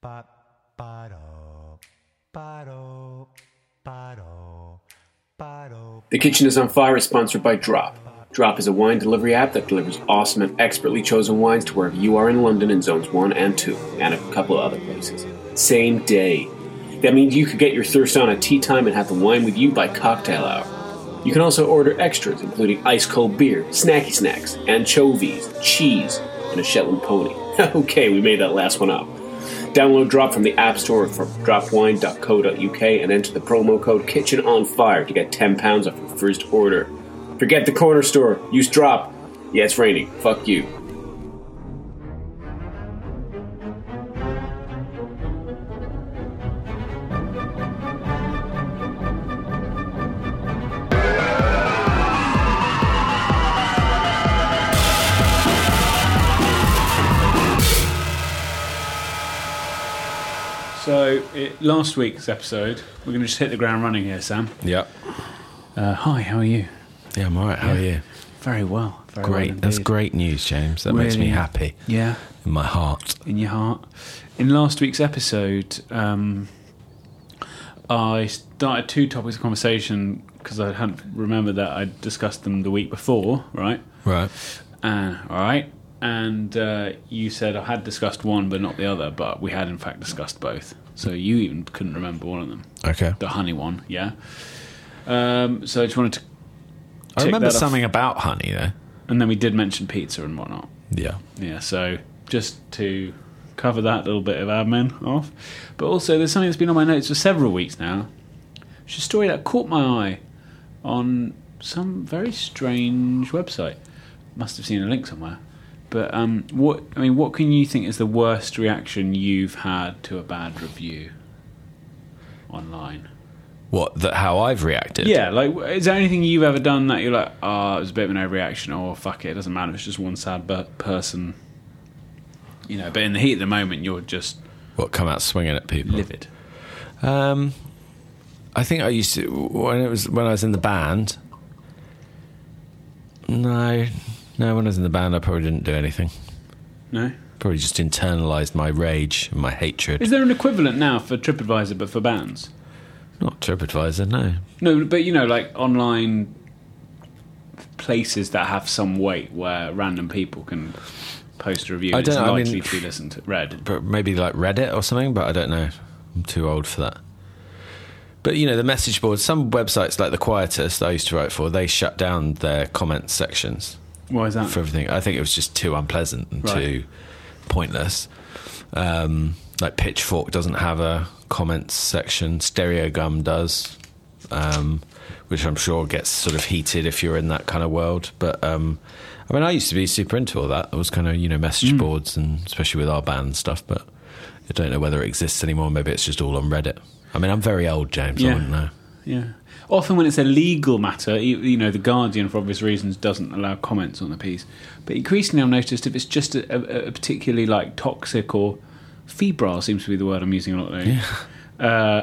Ba ba do ba do ba do ba do. The Kitchen is on Fire is sponsored by Drop. Drop is a wine delivery app that delivers awesome and expertly chosen wines to wherever you are in London in zones 1 and 2, and a couple of other places. Same day. That means you could get your thirst on at tea time and have the wine with you by cocktail hour. You can also order extras, including ice cold beer, snacky snacks, anchovies, cheese, and a Shetland pony. okay, we made that last one up. Download Drop from the App Store or from dropwine.co.uk and enter the promo code Kitchen on Fire to get ten pounds off your first order. Forget the corner store. Use Drop. Yeah, it's raining. Fuck you. So it, last week's episode, we're going to just hit the ground running here, Sam. Yeah. Uh, hi, how are you? Yeah, I'm all right. How are you? Very well. Very well Great. That's indeed. great news, James. That makes me Really- happy Yeah, in my heart. in your heart. In last week's episode, um, I started two topics of conversation because I hadn't remembered that I discussed them the week before, right? Right. Uh, all right. And uh, you said I had discussed one but not the other, but we had in fact discussed both. So you even couldn't remember one of them. Okay. The honey one, yeah. Um, so I just wanted to. I tick remember that off. something about honey, though. And then we did mention pizza and whatnot. Yeah. Yeah, so just to cover that little bit of admin off. But also, there's something that's been on my notes for several weeks now. It's a story that caught my eye on some very strange website. Must have seen a link somewhere. But um, what I mean, what can you think is the worst reaction you've had to a bad review online? What? That how I've reacted? Yeah, like w- is there anything you've ever done that you're like, oh, it was a bit of an overreaction, or fuck it, it doesn't matter, it's just one sad bu- person, you know. But in the heat of the moment, you're just What come out swinging at people? livid. Um, I think I used to when it was when I was in the band. No, no. When I was in the band, I probably didn't do anything. No, Probably just internalized my rage and my hatred. is there an equivalent now for TripAdvisor but for bands? Not TripAdvisor, no. No, but you know, like online places that have some weight where random people can post a review. I and it's don't know, I likely mean- to be listened to, read. but maybe like Reddit or something, but I don't know. I'm too old for that. But you know, the message boards, some websites like The Quietest I used to write for, they shut down their comment sections Why is that? for everything. I think it was just too unpleasant and Right. too pointless. Um, like Pitchfork doesn't have a comments section, Stereogum does, um, which I'm sure gets sort of heated if you're in that kind of world. But um, I mean, I used to be super into all that. It was kind of, you know, message Mm. boards and especially with our band and stuff, but I don't know whether it exists anymore. Maybe it's just all on Reddit. I mean, I'm very old, James. Yeah. I wouldn't know. Yeah. Often when it's a legal matter, you, you know, The Guardian, for obvious reasons, doesn't allow comments on the piece. But increasingly I've noticed if it's just a, a, a particularly, like, toxic or febrile, seems to be the word I'm using a lot lately, uh,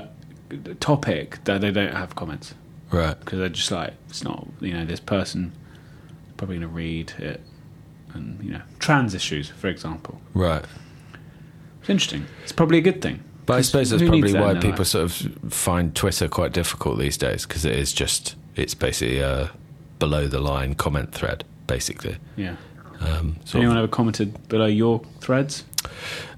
topic, that they don't have comments. Right. Because they're just like, it's not, you know, this person probably going to read it. And, you know, trans issues, for example. Right. It's interesting. It's probably a good thing. But I suppose that's who needs probably that in why their people life? sort of find Twitter quite difficult these days because it is just it's basically a below the line comment thread basically. Yeah. Um, sort Anyone of, ever commented below your threads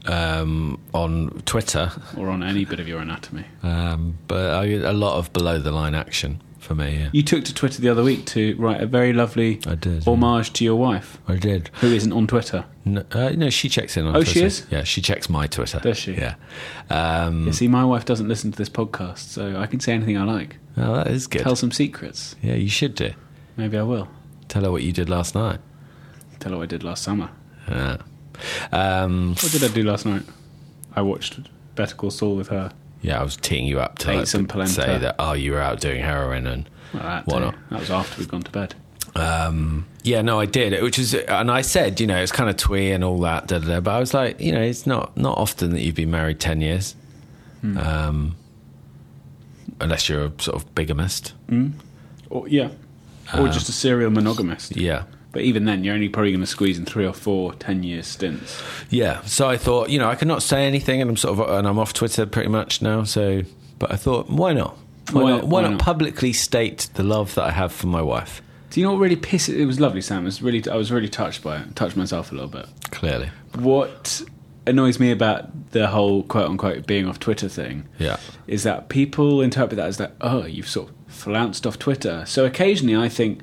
um, on Twitter, or on any bit of your anatomy? um, but I, a lot of below the line action for me. Yeah, You took to Twitter the other week to write a very lovely I did. homage to your wife, I did. who isn't on Twitter. No, uh, no, she checks in on. Oh, Twitter. she is? Yeah, she checks my Twitter. Does she? Yeah. Um, You see, my wife doesn't listen to this podcast, so I can say anything I like. well, oh, that is good. Tell some secrets. yeah, you should do. Maybe I will. Tell her what you did last night. Tell her what I did last summer. Yeah. Um, What did I do last night? I watched Better Call Saul with her. yeah, I was teeing you up to Ate like, some polenta. say that. Oh, you were out doing heroin and. Well, that, Why day. not? that was after we'd gone to bed. Yeah, no, I did. Which is, and I said, you know, it's kind of twee and all that, da, da, da, but I was like, you know, it's not not often that you've been married ten years, Hmm. um, unless you're a sort of bigamist. Or, yeah. Or just a serial monogamist. Uh, Yeah, But even then, you're only probably going to squeeze in three or four 10 year stints. Yeah. So I thought, you know, I could not say anything, and I'm sort of, and I'm off Twitter pretty much now. So, but I thought, why not? Why, Why- not? Why, why not, not? publicly state the love that I have for my wife? Do you know what really pisses? It was lovely, Sam. It was really, I was really touched by it. Touched myself a little bit. Clearly. What annoys me about the whole quote unquote being off Twitter thing Yeah. is that people interpret that as that oh you've sort of flounced off Twitter. So occasionally I think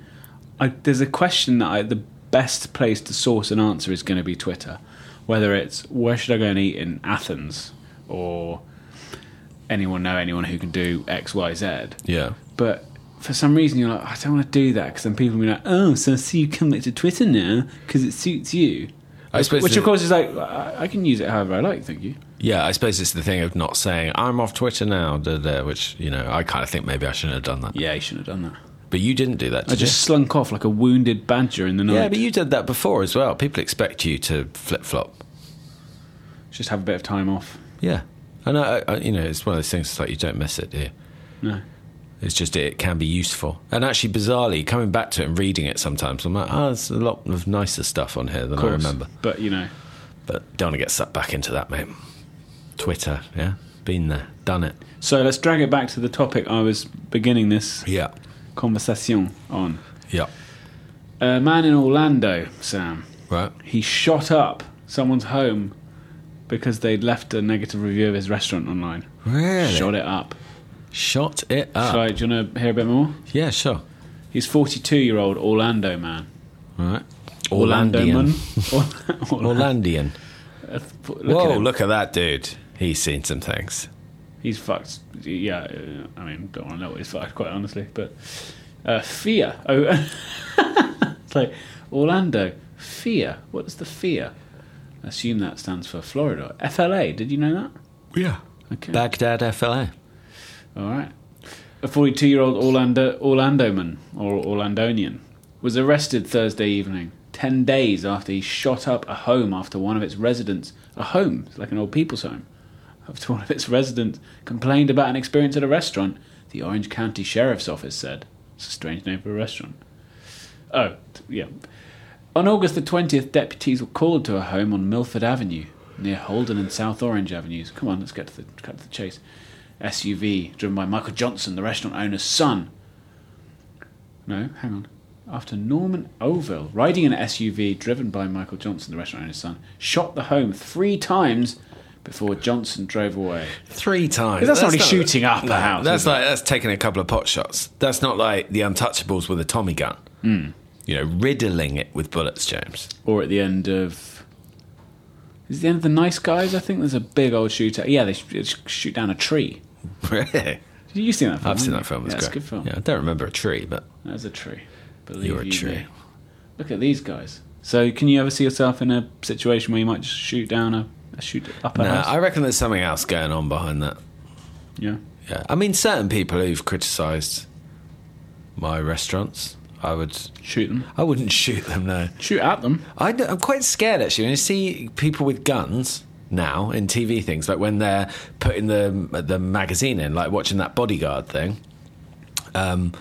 I, there's a question that I, the best place to source an answer is going to be Twitter, whether it's where should I go and eat in Athens or anyone know anyone who can do X Y Z. Yeah. But for some reason you're like I don't want to do that because then people will be like oh so I see you come back to Twitter now because it suits you. I suppose Which the- of course is like I I can use it however I like. Thank you. Yeah, I suppose it's the thing of not saying I'm off Twitter now, da, da, which you know I kind of think maybe I shouldn't have done that. Yeah, you shouldn't have done that. But you didn't do that. Did I just slunk off like a wounded badger in the you? night. yeah, but you did that before as well. People expect you to flip flop. just have a bit of time off. Yeah, and I, I, you know it's one of those things. It's like you don't miss it, do you? No. It's just it can be useful. And actually, bizarrely, coming back to it and reading it sometimes, I'm like, oh, there's a lot of nicer stuff on here than I remember. But you know, But don't want to get sucked back into that, mate. Twitter, yeah, been there, done it. so let's drag it back to the topic I was beginning this Yeah, conversation on. yeah, A man in Orlando, Sam. right. He shot up someone's home because they'd left a negative review of his restaurant online. Really Shot it up. shot it up. Shall I, do you want to hear a bit more? Yeah, sure. He's 42 year old Orlando man. All right. man. Orlandian. Orlando. Orlandian. Look at Whoa, him. look at that dude. He's seen some things. He's fucked. Yeah, uh, I mean, don't want to know what he's fucked, quite honestly. But uh, fear. Oh, it's like Orlando. Fear. What's the fear? I assume that stands for Florida. FLA. Did you know that? Yeah. Okay. Baghdad FLA. All right. A 42 year old Orlando Orlandoman or Orlandonian was arrested Thursday evening, 10 days after he shot up a home after one of its residents, a home, it's like an old people's home, after one of its residents complained about an experience at a restaurant, the Orange County Sheriff's Office said. It's a strange name for a restaurant. Oh, t- yeah. On August the 20th, deputies were called to a home on Milford Avenue, near Holden and South Orange Avenues. Come on, let's get to the, cut to the chase. SUV driven by Michael Johnson, the restaurant owner's son. No, hang on. After Norman Oville, riding an SUV driven by Michael Johnson, the restaurant owner's son, shot the home three times before Johnson drove away. Three times. That's not really shooting up a house, That's is it? like that's taking a couple of pot shots. That's not like the Untouchables with a Tommy gun. Hmm. You know, riddling it with bullets, James. Or at the end of. Is it the end of The Nice Guys? I think there's a big old shooter. Yeah, they sh- sh- shoot down a tree. Really? Did you see that film? I've seen haven't that film. you? It's Yeah, It's great. a good film. Yeah, I don't remember a tree, but That's a tree. Believe You're a you tree. me. Look at these guys. So, can you ever see yourself in a situation where you might just shoot down a, a shoot up a nah, house? I reckon there's something else going on behind that. yeah. Yeah, I mean, certain people who've criticised my restaurants, I would, Shoot them. I wouldn't shoot them. No, Shoot at them. I, am quite scared actually. When you see people with guns now in TV things, like when they're putting the the magazine in, like watching that bodyguard thing. Um,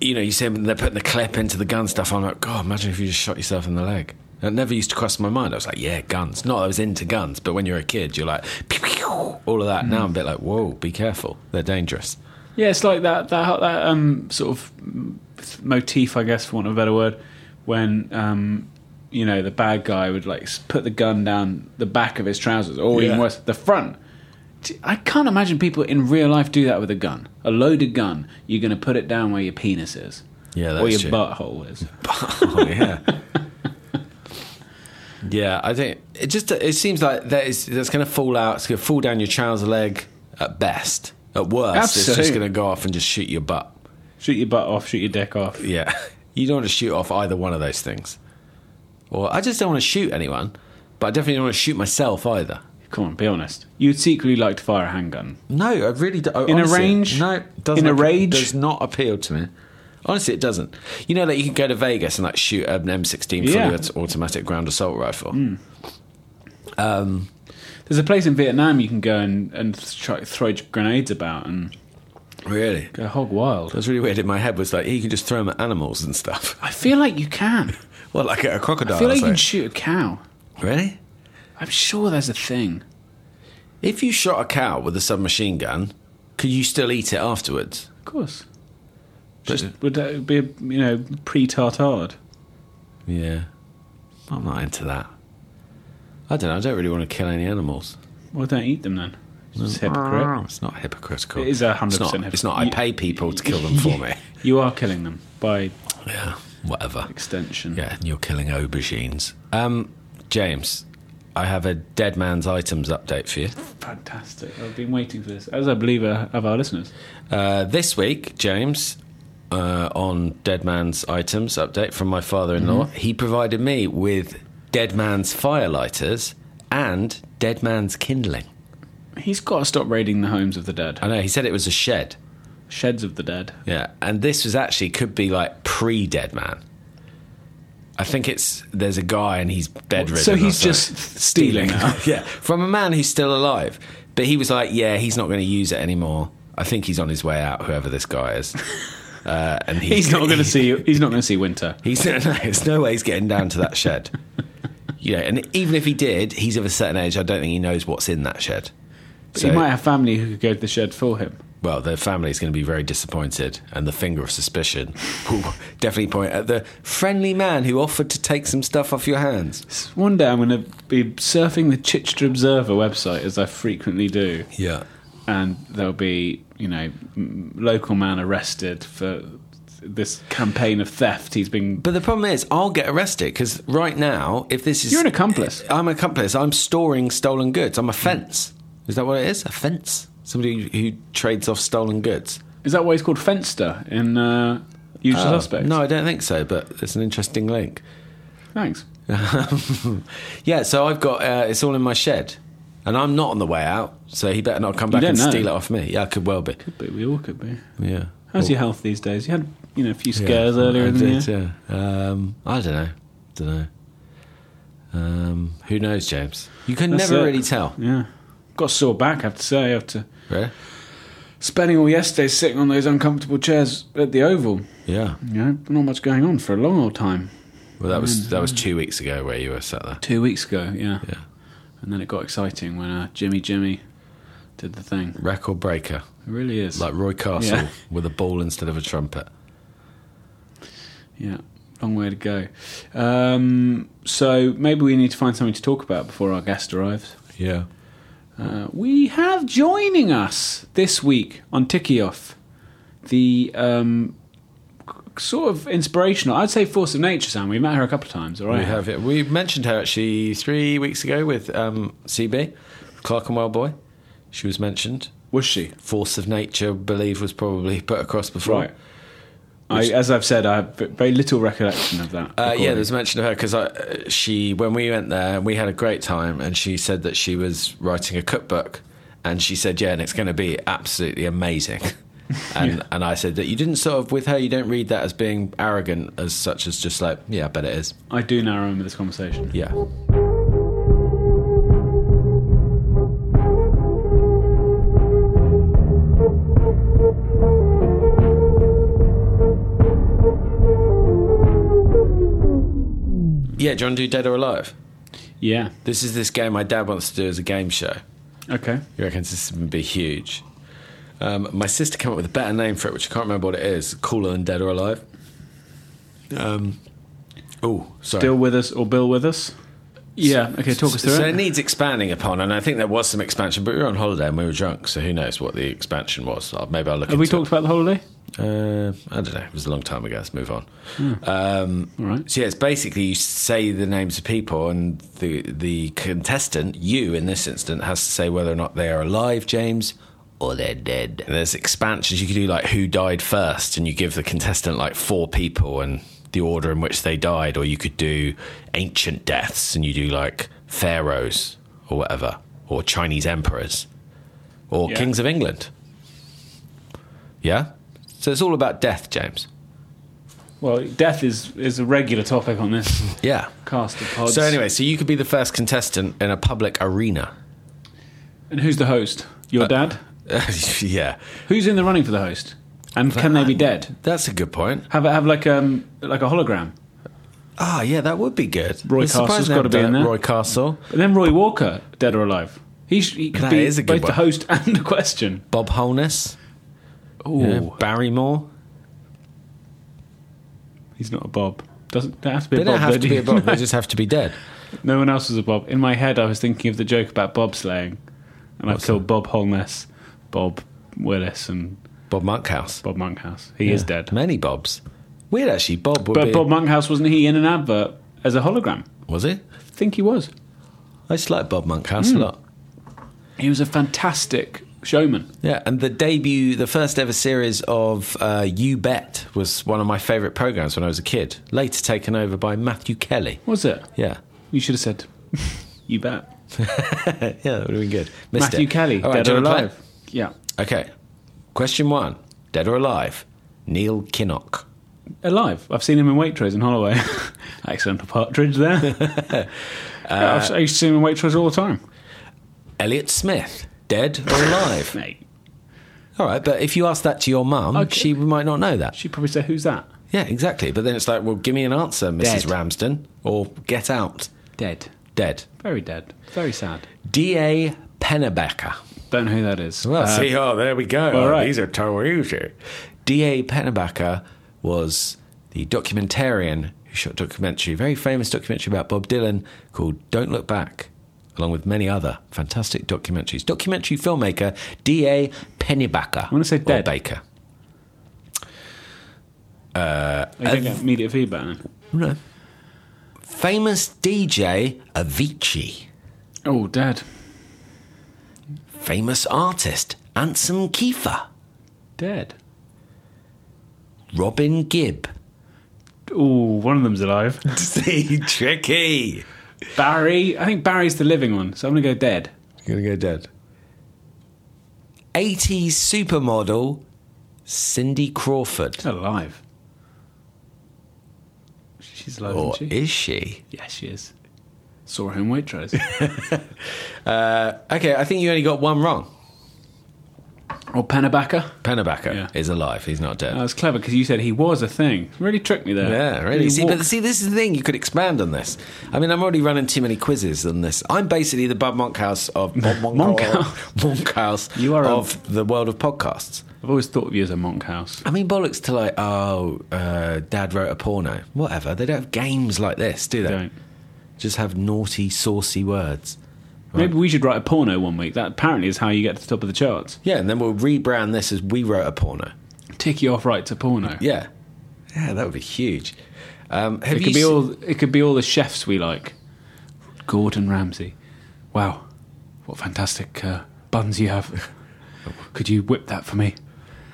you know, you see them, they're putting the clip into the gun stuff. I'm like, God, imagine if you just shot yourself in the leg. That never used to cross my mind. I was like, yeah, guns. Not that I was into guns, but when you're a kid, you're like, pew, pew, all of that. Now I'm a bit like, whoa, be careful. They're dangerous. Yeah, it's like that that that um sort of mm, motif, I guess, for want of a better word, when um you know the bad guy would like s- put the gun down the back of his trousers, or even Yeah. worse, the front. T- I can't imagine people in real life do that with a gun. A loaded gun, you're going to put it down where your penis is, Yeah, or your true. butthole is. Oh, yeah. yeah, I think it just it seems like that is that's going to fall out. It's going to fall down your trouser leg at best. At worst, it's just Absolute. going to go off and just shoot your butt. Shoot your butt off, shoot your dick off. Yeah, you don't want to shoot off either one of those things. Or I just don't want to shoot anyone, but I definitely don't want to shoot myself either. Come on, be honest. You'd secretly like to fire a handgun. No, I really don't. In a honestly, range? No, it doesn't In a appeal- rage? does not appeal to me. Honestly, it doesn't. You know, like you can go to Vegas and like shoot an M16 fully Yeah. Mm. aut- automatic ground assault rifle. There's a place in Vietnam you can go and, and try, throw grenades about, and Really? Go hog wild. That's really weird. In my head was like, you can just throw them at animals and stuff. I feel like you can. Well, like at a crocodile. I feel like you or can something. shoot a cow. really? I'm sure there's a thing. If you shot a cow with a submachine gun, could you still eat it afterwards? Of course. Just, would that be, you know, pre-tartard? Yeah. I'm not into that. I don't know. I don't really want to kill any animals. Well, don't eat them then. It's just hypocrite. It's not hypocritical. It is a hundred It's not- percent hypocrite. It's not. I You- pay people to kill them for me. You are killing them by Yeah. Whatever. extension. Yeah, and you're killing aubergines. Um, James, I have a dead man's items update for you. Fantastic. I've been waiting for this, as I believe uh, of our listeners. Uh, this week, James, uh, on Dead Man's Items update from my father in Mm-hmm. law, he provided me with Dead Man's Firelighters and Dead Man's Kindling. He's got to stop raiding the homes of the dead, I know, he said it was a shed. sheds of the dead. Yeah, and this was actually could be like pre Dead Man. I think it's there's a guy and he's bedridden. So or he's something. just stealing now. yeah, from a man who's still alive. But he was like, yeah, he's not going to use it anymore. I think he's on his way out, whoever this guy is. Uh, and He's not going to see. He's not going to see winter. He's no, no, there's no way he's getting down to that shed. You know, and even if he did, he's of a certain age. I don't think he knows what's in that shed. But he might have family who could go to the shed for him. Well, the family's going to be very disappointed, and the finger of suspicion will definitely point at the friendly man who offered to take some stuff off your hands. One day I'm going to be surfing the Chichester Observer website as I frequently do, Yeah. and there'll be you know m- local man arrested for this campaign of theft. He's been. But the problem is, I'll get arrested because right now, if this is. You're an accomplice. I'm an accomplice. I'm storing stolen goods. I'm a fence. Is that what it is? A fence? Somebody who trades off stolen goods. Is that why he's called Fenster in uh, Usual Oh, Suspects? No, I don't think so, but it's an interesting link. thanks. Yeah, so I've got uh, it's all in my shed, and I'm not on the way out, so he better not come back don't and know. steal it off me. Yeah, I could well be. But we all could be. Yeah. How's Or- your health these days? You had you know a few Oh. Yeah, scares earlier I in the year. did, yeah. Um, I don't know. Don't know. Um, who knows, James? You can That's never it. really tell. Yeah, got a sore back. I have to say, after Really? spending all yesterday sitting on those uncomfortable chairs at the Oval. Yeah. You know, not much going on for a long old time. Well, that was that was Mm. two weeks ago where you were sat there. Two weeks ago, yeah. Yeah. And then it got exciting when uh, Jimmy Jimmy did the thing. It Record breaker, really is. like Roy Castle Yeah. with a ball instead of a trumpet. yeah, long way to go. Um, so maybe we need to find something to talk about before our guest arrives. Yeah. Uh, we have joining us this week on Tikioff the um, sort of inspirational, I'd say force of nature, Sam. We met her a couple of times, all right? We have it. We mentioned her actually three weeks ago with um, CB, Clark and Wellboy. She was mentioned. Was she? Force of Nature, I believe, was probably put across before. Right. I, as I've said, I have very little recollection of that. Uh, yeah, recording. there was mention of her because uh, she, when we went there, we had a great time, and she said that she was writing a cookbook, and she said, "Yeah, and it's going to be absolutely amazing." And and I said that you didn't sort of with her, you don't read that as being arrogant as such as just like, yeah, I bet it is. I do now remember this conversation. Yeah, yeah. Do you want to do dead or alive? Yeah. This is this game my dad wants to do as a game show. Okay. He reckons this would be huge. Um, my sister came up with a better name for it, which I can't remember what it is. Cooler than Dead or Alive. Um, oh, sorry. Deal with us or bill with us? Yeah. Okay, talk us through so it. it needs expanding upon, and I think there was some expansion, but we were on holiday and we were drunk, so who knows what the expansion was. I'll, maybe I'll look have we into talked about the holiday? it. Uh, I don't know. It was a long time ago. Let's move on. All right. So yeah, it's basically you say the names of people, and the the contestant, you in this instance, has to say whether or not they are alive, James, or they're dead. And there's expansions you can do, like who died first, and you give the contestant like four people and the order in which they died, or you could do ancient deaths, and you do like pharaohs or whatever, or Chinese emperors, or Yeah. kings of England. Yeah, so it's all about death, James. Well, death is, is a regular topic on this Yeah. cast of pods. So anyway, so you could be the first contestant in a public arena. Uh, And who's the host? Your dad? yeah, Who's in the running for the host? And can they be dead? that's a good point. Have have like um like a hologram. Ah, yeah, that would be good. Roy It's surprising Castle's they gotta be haven't in done there. Roy Castle, And then Roy Walker, dead or alive. He, sh- he could That be is a both good the one. host and the question. Bob Holness, Ooh, yeah, Barrymore. he's not a Bob. Doesn't don't have to be They a Bob. don't have do to be you? a Bob. They just have to be dead. No one else was a Bob. In my head, I was thinking of the joke about bobsleighing, and I've killed Bob Holness, Bob Willis, and Bob Monkhouse. Bob Monkhouse. He is dead. Many Bobs. Weird, actually. Bob would But be. Bob Monkhouse wasn't he in an advert as a hologram? was it? I think he was. I just like Bob Monkhouse Hmm. a lot. He was a fantastic showman. Yeah, and the debut, the first ever series of uh, You Bet was one of my favourite programmes when I was a kid. Later taken over by Matthew Kelly. Was it? Yeah, You should have said, "You bet." yeah, that would have been good. Missed Matthew it. Kelly, All right, dead or do you wanna play alive? Yeah, it? Okay. Question one: Dead or alive? Neil Kinnock. alive. I've seen him in Waitrose in Holloway. Accidental partridge there. Yeah, I've, I used to see him in Waitrose all the time. Elliot Smith. Dead or alive? Mate, All right, but if you ask that to your mum, Okay. she might not know that. she probably said, "Who's that?" Yeah, exactly. But then it's like, well, give me an answer, Mrs. Dead. Ramsden, or get out. Dead. Dead. Very dead. Very sad. D.A. Pennebecker. Don't know who that is. Well, Uh, see, oh, there we go. all right. These are total easy. D.A. Pennebaker was the documentarian who shot a documentary, very famous documentary about Bob Dylan called Don't Look Back, along with many other fantastic documentaries. Documentary filmmaker D.A. Pennebaker. I'm gonna say dead. Baker. I don't Uh, get immediate feedback. now. No. Famous DJ Avicii. Oh, dead. Famous artist Anson Kiefer. Dead. Robin Gibb. Ooh, one of them's alive. See, tricky. Barry. I think Barry's the living one, so I'm going to go dead. Gonna go dead. 80s supermodel Cindy Crawford. Alive. She's alive, Or isn't she? is Oh, she? yeah, she is. Saw her in Waitrose. Okay, I think you only got one wrong. or Pennebacker. Pennebacker Yeah. is alive. He's not dead. Oh, That was clever because you said he was a thing. Really tricked me there. Oh, yeah, really. See, walked- but see, this is the thing. You could expand on this. I mean, I'm already running too many quizzes on this. I'm basically the Bob Monkhouse of Bob Monkhouse, Monkhouse You are a- of the world of podcasts. I've always thought of you as a monk house. I mean, bollocks to like, oh, uh, dad wrote a porno. Whatever. They don't have games like this, do they? Don't. Just have naughty, saucy words. Maybe we should write a porno one week. That apparently is how you get to the top of the charts. Yeah, and then we'll rebrand this as We Wrote a Porno. Tick you off right to porno. Yeah. Yeah, that would be huge. Um, have It you could be se- all. It could be all the chefs we like. Gordon Ramsay. Wow, what fantastic uh, buns you have. could you whip that for me?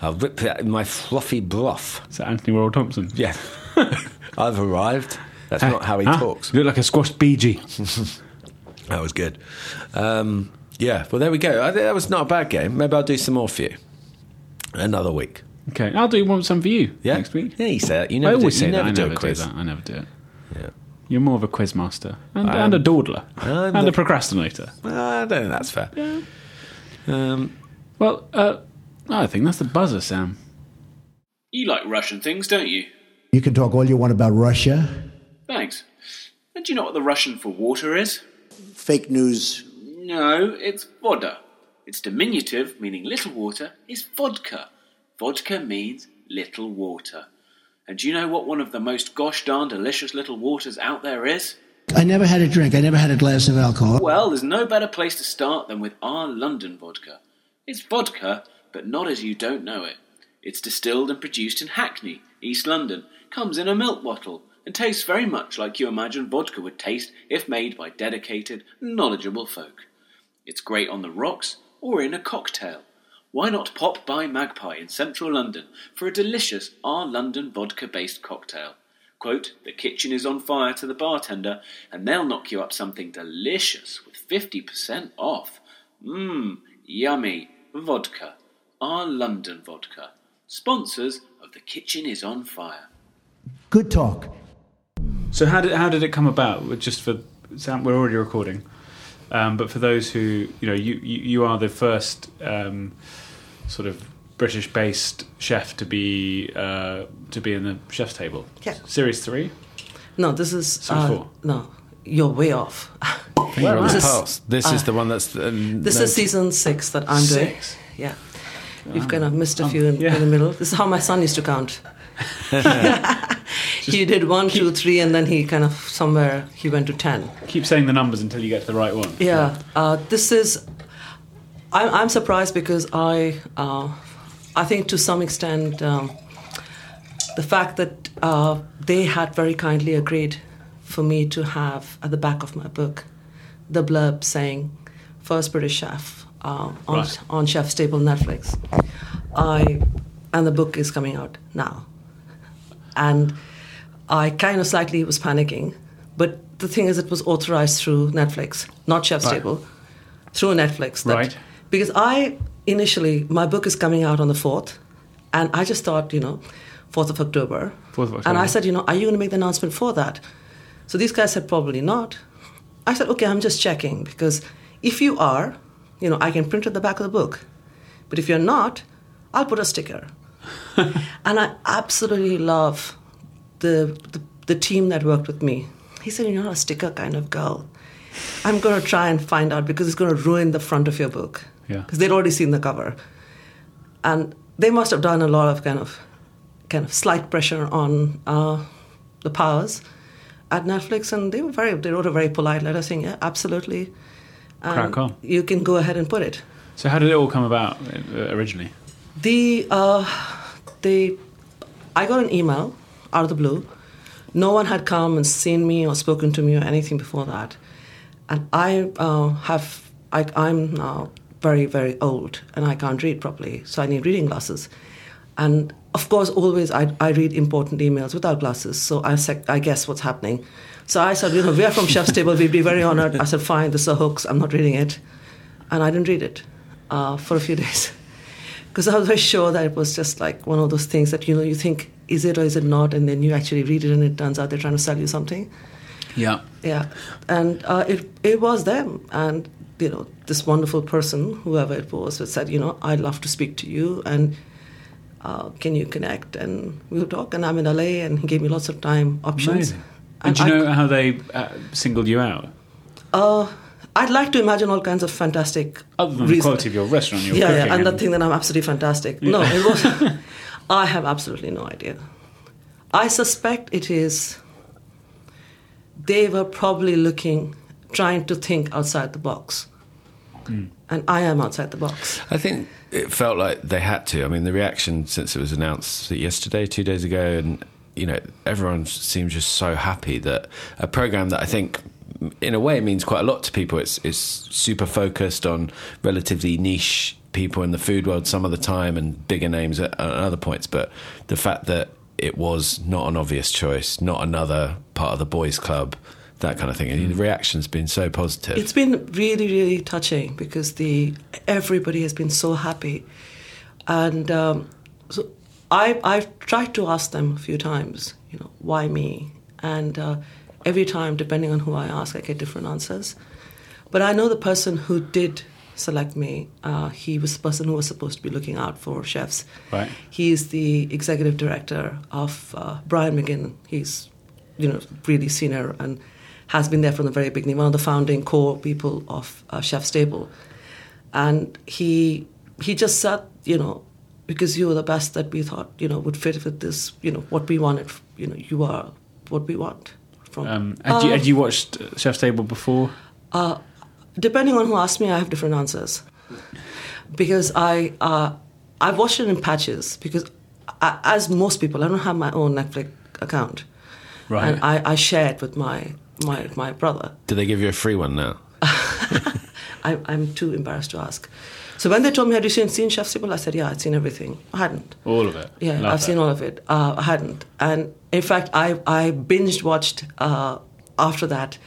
I'll rip that in my fluffy broth. Is that Anthony Royal Thompson? Yeah. I've arrived. That's not how he Huh? talks. You look like a squash BG. That was good. Um, yeah, well, there we go. I think that was not a bad game. Maybe I'll do some more for you another week. Okay, I'll do one some for you Yeah? next week. Yeah, you say that. You I never always do, say you that. never I do never a do quiz. that. I never do it. Yeah. You're more of a quiz master and, I'm- and a dawdler I'm and the- a procrastinator. Well, I don't think that's fair. Well, uh, I think that's the buzzer, Sam. You like Russian things, don't you? You can talk all you want about Russia. Thanks. And do you know what the Russian for water is? Fake news. No, it's voda. Its diminutive, meaning little water, is vodka. Vodka means little water. And do you know what one of the most gosh darn delicious little waters out there is? I never had a drink. I never had a glass of alcohol. Well, there's no better place to start than with our London vodka. It's vodka, but not as you don't know it. It's distilled and produced in Hackney, East London, comes in a milk bottle, and tastes very much like you imagine vodka would taste if made by dedicated, knowledgeable folk. It's great on the rocks or in a cocktail. Why not pop by Magpie in central London for a delicious R London vodka based cocktail? Quote, the kitchen is on fire to the bartender, and they'll knock you up something delicious with 50% off. Mmm, yummy. Vodka. R London vodka. Sponsors of The Kitchen is on Fire. Good talk. So how did how did it come about? Just for Sam, we're already recording. Um, but for those who, you know, you, you, you are the first um, sort of British-based chef to be uh, to be in the chef's table. Yeah. Series three. No, this is Series uh, four. no. You're way off. Finger on this the is- pulse. This is the one that's. Uh, This is season six that I'm doing. Six. Um, Yeah. You've kind of missed a few in, yeah. in the middle. This is how my son used to count. he did one, two, three, and then he kind of somewhere he went to ten. Keep saying the numbers until you get to the right one. Yeah, uh, this is. I'm, I'm surprised because I, uh, I think to some extent, um, the fact that uh, they had very kindly agreed for me to have at the back of my book the blurb saying first British chef uh, on Right. on Chef's Table Netflix. I and the book is coming out now, and I kind of slightly was panicking, but the thing is, it was authorized through Netflix, not Chef's Right. Table, through Netflix. Right. Because I initially my book is coming out on the fourth, and I just thought, you know, fourth of October. 4th of And I October. said, you know, are you going to make the announcement for that? So these guys said probably not. I said, okay, I'm just checking because if you are, you know, I can print at the back of the book. But if you're not, I'll put a sticker. and I absolutely love the, the the team that worked with me. He said, "You're not a sticker kind of girl. I'm going to try and find out because it's going to ruin the front of your book. Yeah. because they'd already seen the cover, and they must have done a lot of kind of kind of slight pressure on uh, the powers at Netflix, and they were very they wrote a very polite letter saying, "Yeah, absolutely, Um, Crack on. you can go ahead and put it." So how did it all come about uh, originally? The uh, they, I got an email out of the blue. No one had come and seen me or spoken to me or anything before that, and I uh, have I, I'm now very very old and I can't read properly, so I need reading glasses. And of course, always I, I read important emails without glasses, so I sec- I guess what's happening. So I said, you know, we're from Chef's Table. We'd be very honored. I said, fine, this is a hoax. I'm not reading it, and I didn't read it uh, for a few days because I was very sure that it was just like one of those things that you know you think is it or is it not, and then you actually read it and it turns out they're trying to sell you something. Yeah. Yeah, and uh, it it was them, and you know this wonderful person, whoever it was, that said, you know, I'd love to speak to you, and uh, can you connect? And we'll talk. And I'm in LA, and he gave me lots of time options. Amazing. And do you I- know how they uh, singled you out? Uh, I'd like to imagine all kinds of fantastic Other than the reasons- quality of your restaurant, your yeah, cooking, yeah, and that thing that I'm absolutely fantastic. No, it was. I have absolutely no idea. I suspect it is. They were probably looking, trying to think outside the box, and I am outside the box. I think it felt like they had to. I mean, the reaction since it was announced yesterday, two days ago, and you know, everyone seems just so happy that a program that I think, in a way, means quite a lot to people. It's it's super focused on relatively niche people in the food world some of the time and bigger names at, at other points, but the fact that it was not an obvious choice, not another part of the boys' club, that kind of thing. And the reaction's been so positive. It's been really, really touching because the everybody has been so happy, and um, so I I've tried to ask them a few times, you know, why me? And uh, every time, depending on who I ask, I get different answers. But I know the person who did select me. Uh, he was the person who was supposed to be looking out for chefs. Right. He is the executive director of uh, Brian McGinn. He's, you know, really senior and has been there from the very beginning. One of the founding core people of uh, Chef's Table, and he he just said, you know, because you were the best that we thought, you know, would fit with this, you know, what we wanted. You know, you are what we want. From Uh, Um, had, you, had you watched Chef's Table before? depending on who asks me, I have different answers. Because I uh, I've watched it in patches because I, as most people, I don't have my own Netflix account, Right. and I, I share it with my my my brother. Do they give you a free one now? I, I'm too embarrassed to ask. So when they told me had you seen, seen Chef's Table, I said yeah, I'd seen everything. I hadn't. All of it. Yeah, Love I've it. seen all of it. Uh, I hadn't, and in fact, I I binged watched uh, after that,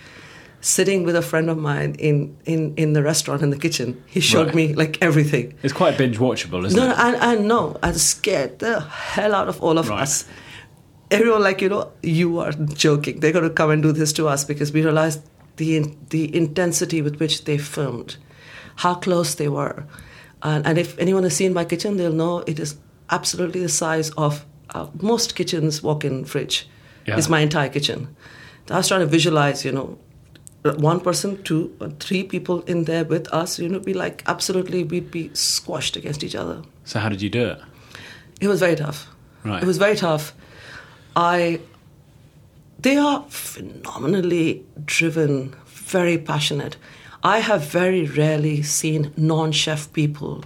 sitting with a friend of mine in in in the restaurant in the kitchen. He showed Right. me like everything. It's quite binge watchable, isn't No, no, it? and, and no, and scared the hell out of all of Right. us. Everyone, like, you know, you are joking. They're going to come and do this to us because we realized the the intensity with which they filmed, how close they were, and, and if anyone has seen my kitchen, they'll know it is absolutely the size of uh, most kitchens' walk-in fridge. Yeah. Is my entire kitchen. I was trying to visualize, you know, one person, two, or three people in there with us. You know, be like absolutely, we'd be squashed against each other. So how did you do it? It was very tough. Right. It was very tough. I. They are phenomenally driven, very passionate. I have very rarely seen non-chef people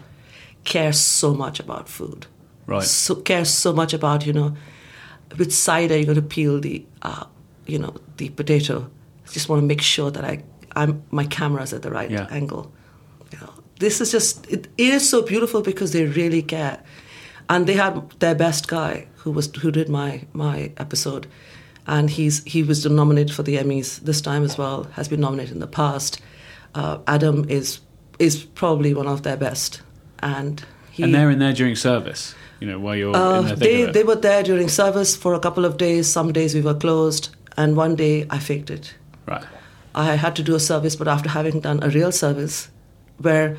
care so much about food. Right. So care so much about you know, which side are you going to peel the, uh, you know, the potato? I just want to make sure that I, I'm my camera's at the right Yeah. angle. You know, this is just it, it is so beautiful because they really care, and they had their best guy who was who did my my episode, and he's he was nominated for the Emmys this time as well. Has been nominated in the past. Uh, Adam is is probably one of their best, and he And they're in there during service, you know, while you're in uh, there they, thinking they were there during service for a couple of days. Some days we were closed, and one day I faked it. Right. I had to do a service, but after having done a real service, where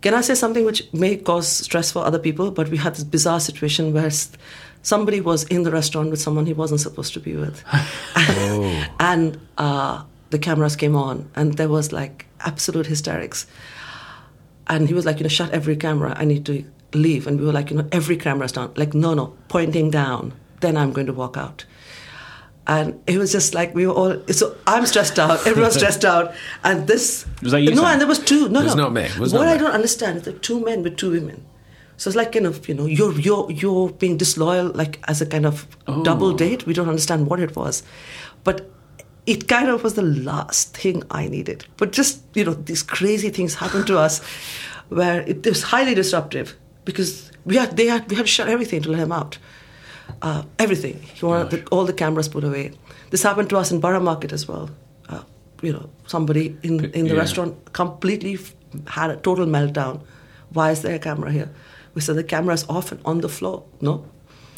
can I say something which may cause stress for other people? But we had this bizarre situation where s- somebody was in the restaurant with someone he wasn't supposed to be with, Oh. and uh, the cameras came on, and there was like absolute hysterics. And he was like, you know, shut every camera. I need to leave. And we were like, you know, every camera's down. Like, no, no, pointing down. Then I'm going to walk out. And it was just like we were all. So I'm stressed out. Everyone's stressed out. And this Was that you, No, Sam? and there was two. No, It was no. not me. It was what not I me. don't understand is the two men with two women. So it's like kind of you know you're you're you're being disloyal like as a kind of Oh. double date. We don't understand what it was, but it kind of was the last thing I needed. But just you know these crazy things happened to us, where it was highly disruptive because we had they had we had to shut everything to let him out, uh, everything. He wanted the, all the cameras put away. This happened to us in Borough Market as well. Uh, you know somebody in in the yeah. restaurant completely f- had a total meltdown. Why is there a camera here? We said the camera's off and on the floor. No.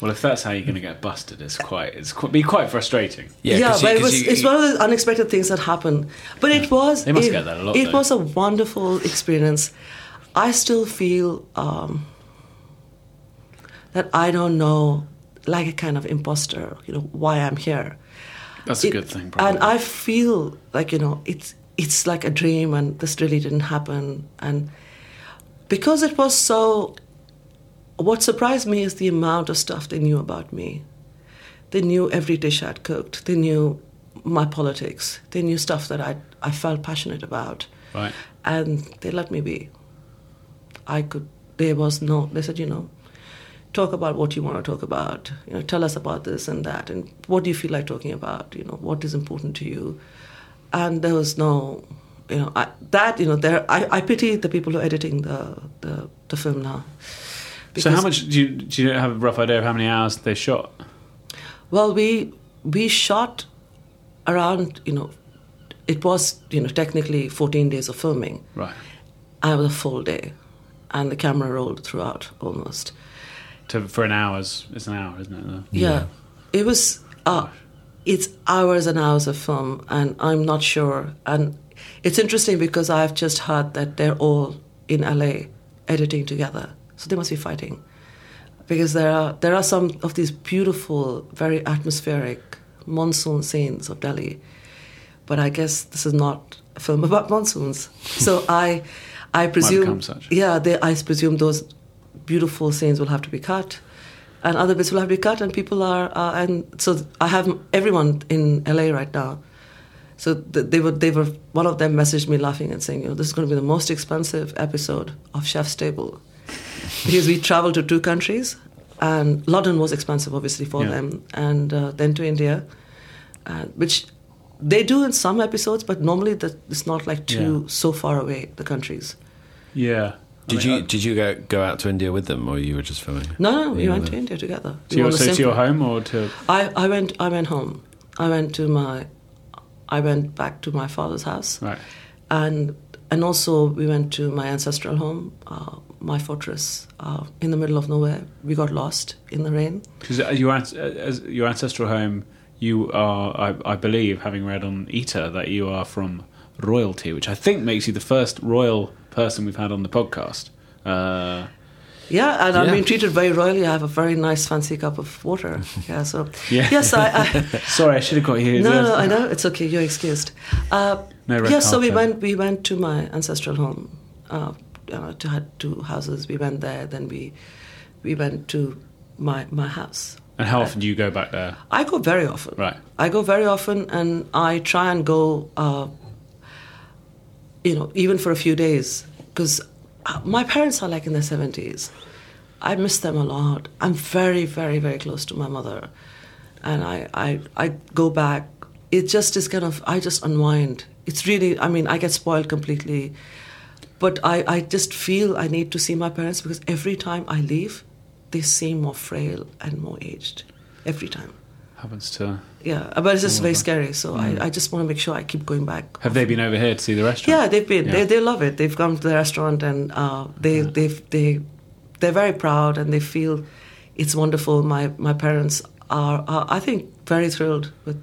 Well, if that's how you're going to get busted, it's quite it's quite, be quite frustrating. because but it was, it's one of the unexpected things that happen. But it was. They must it, get that a lot, It though. was a wonderful experience. I still feel um, that I don't know, like a kind of imposter, you know, why I'm here. That's a It- good thing. Probably. And I feel like you know it's it's like a dream, and this really didn't happen. And because it was so, what surprised me is the amount of stuff they knew about me. They knew every dish I'd cooked. They knew my politics. They knew stuff that I I felt passionate about, right. and they let me be. I could. There was no. They said, you know, talk about what you want to talk about. You know, tell us about this and that, and what do you feel like talking about? You know, what is important to you? And there was no, you know, I, that you know, there. I, I pity the people who are editing the the, the film now. So how Because- much do you do you have a rough idea of how many hours they shot? Well, we we shot around. You know, it was you know technically 14 days of filming. Right. I was a full day, and the camera rolled throughout almost. To for an hour's it's an hour, isn't it? though? Yeah, it was. Uh, it's hours and hours of film, and I'm not sure. And it's interesting because I've just heard that they're all in LA editing together, so they must be fighting, because there are there are some of these beautiful, very atmospheric monsoon scenes of Delhi, but I guess this is not a film about monsoons. So I, I presume, become such. yeah, they, I presume those beautiful scenes will have to be cut, and other bits will have to be cut, and people are, uh, and so I have everyone in LA right now. So th- they were, they were. One of them messaged me laughing and saying, "You know, this is going to be the most expensive episode of Chef's Table." because we traveled to two countries, and London was expensive, obviously, for Yeah. them, and uh, then to India, uh, which they do in some episodes, but normally that it's not like too Yeah. so far away the countries. Yeah. I Did mean, uh, you did you go, go out to India with them, or you were just filming? No, no, we Yeah, went no. to India together. To We were your, on the so same to your flight. home or to I, I went I went home. I went to my I went back to my father's house. right? And and also we went to my ancestral home, uh, my fortress, uh, in the middle of nowhere. We got lost in the rain. uh, Because your ans- as your ancestral home, you are, I, I believe, having read on Eta that you are from royalty, which I think makes you the first royal person we've had on the podcast. Uh, Yeah, and I've Yeah. been treated very royally. I have a very nice fancy cup of water. Yeah, so Yeah. yes, I, I sorry, I should have got you. no, no, I know it's okay. You're excused. Uh, No red yes, so we carpet. went. We went to my ancestral home. Uh, uh, to had two houses. We went there. Then we we went to my my house. And how often do you go back there? I go very often. Right. I go very often, and I try and go, uh, you know, even for a few days, because my parents are like in their seventies. I miss them a lot. I'm very, very, very close to my mother, and I, I, I go back. It just is kind of I just unwind. It's really, I mean, I get spoiled completely, but I, I just feel I need to see my parents because every time I leave, they seem more frail and more aged. Every time Happens to yeah but it's just very scary so I, I just want to make sure i keep going back have they been over here to see the restaurant? yeah they've been Yeah. They, they love it they've come to the restaurant and uh, they they they they're very proud and they feel it's wonderful my my parents are, are i think very thrilled with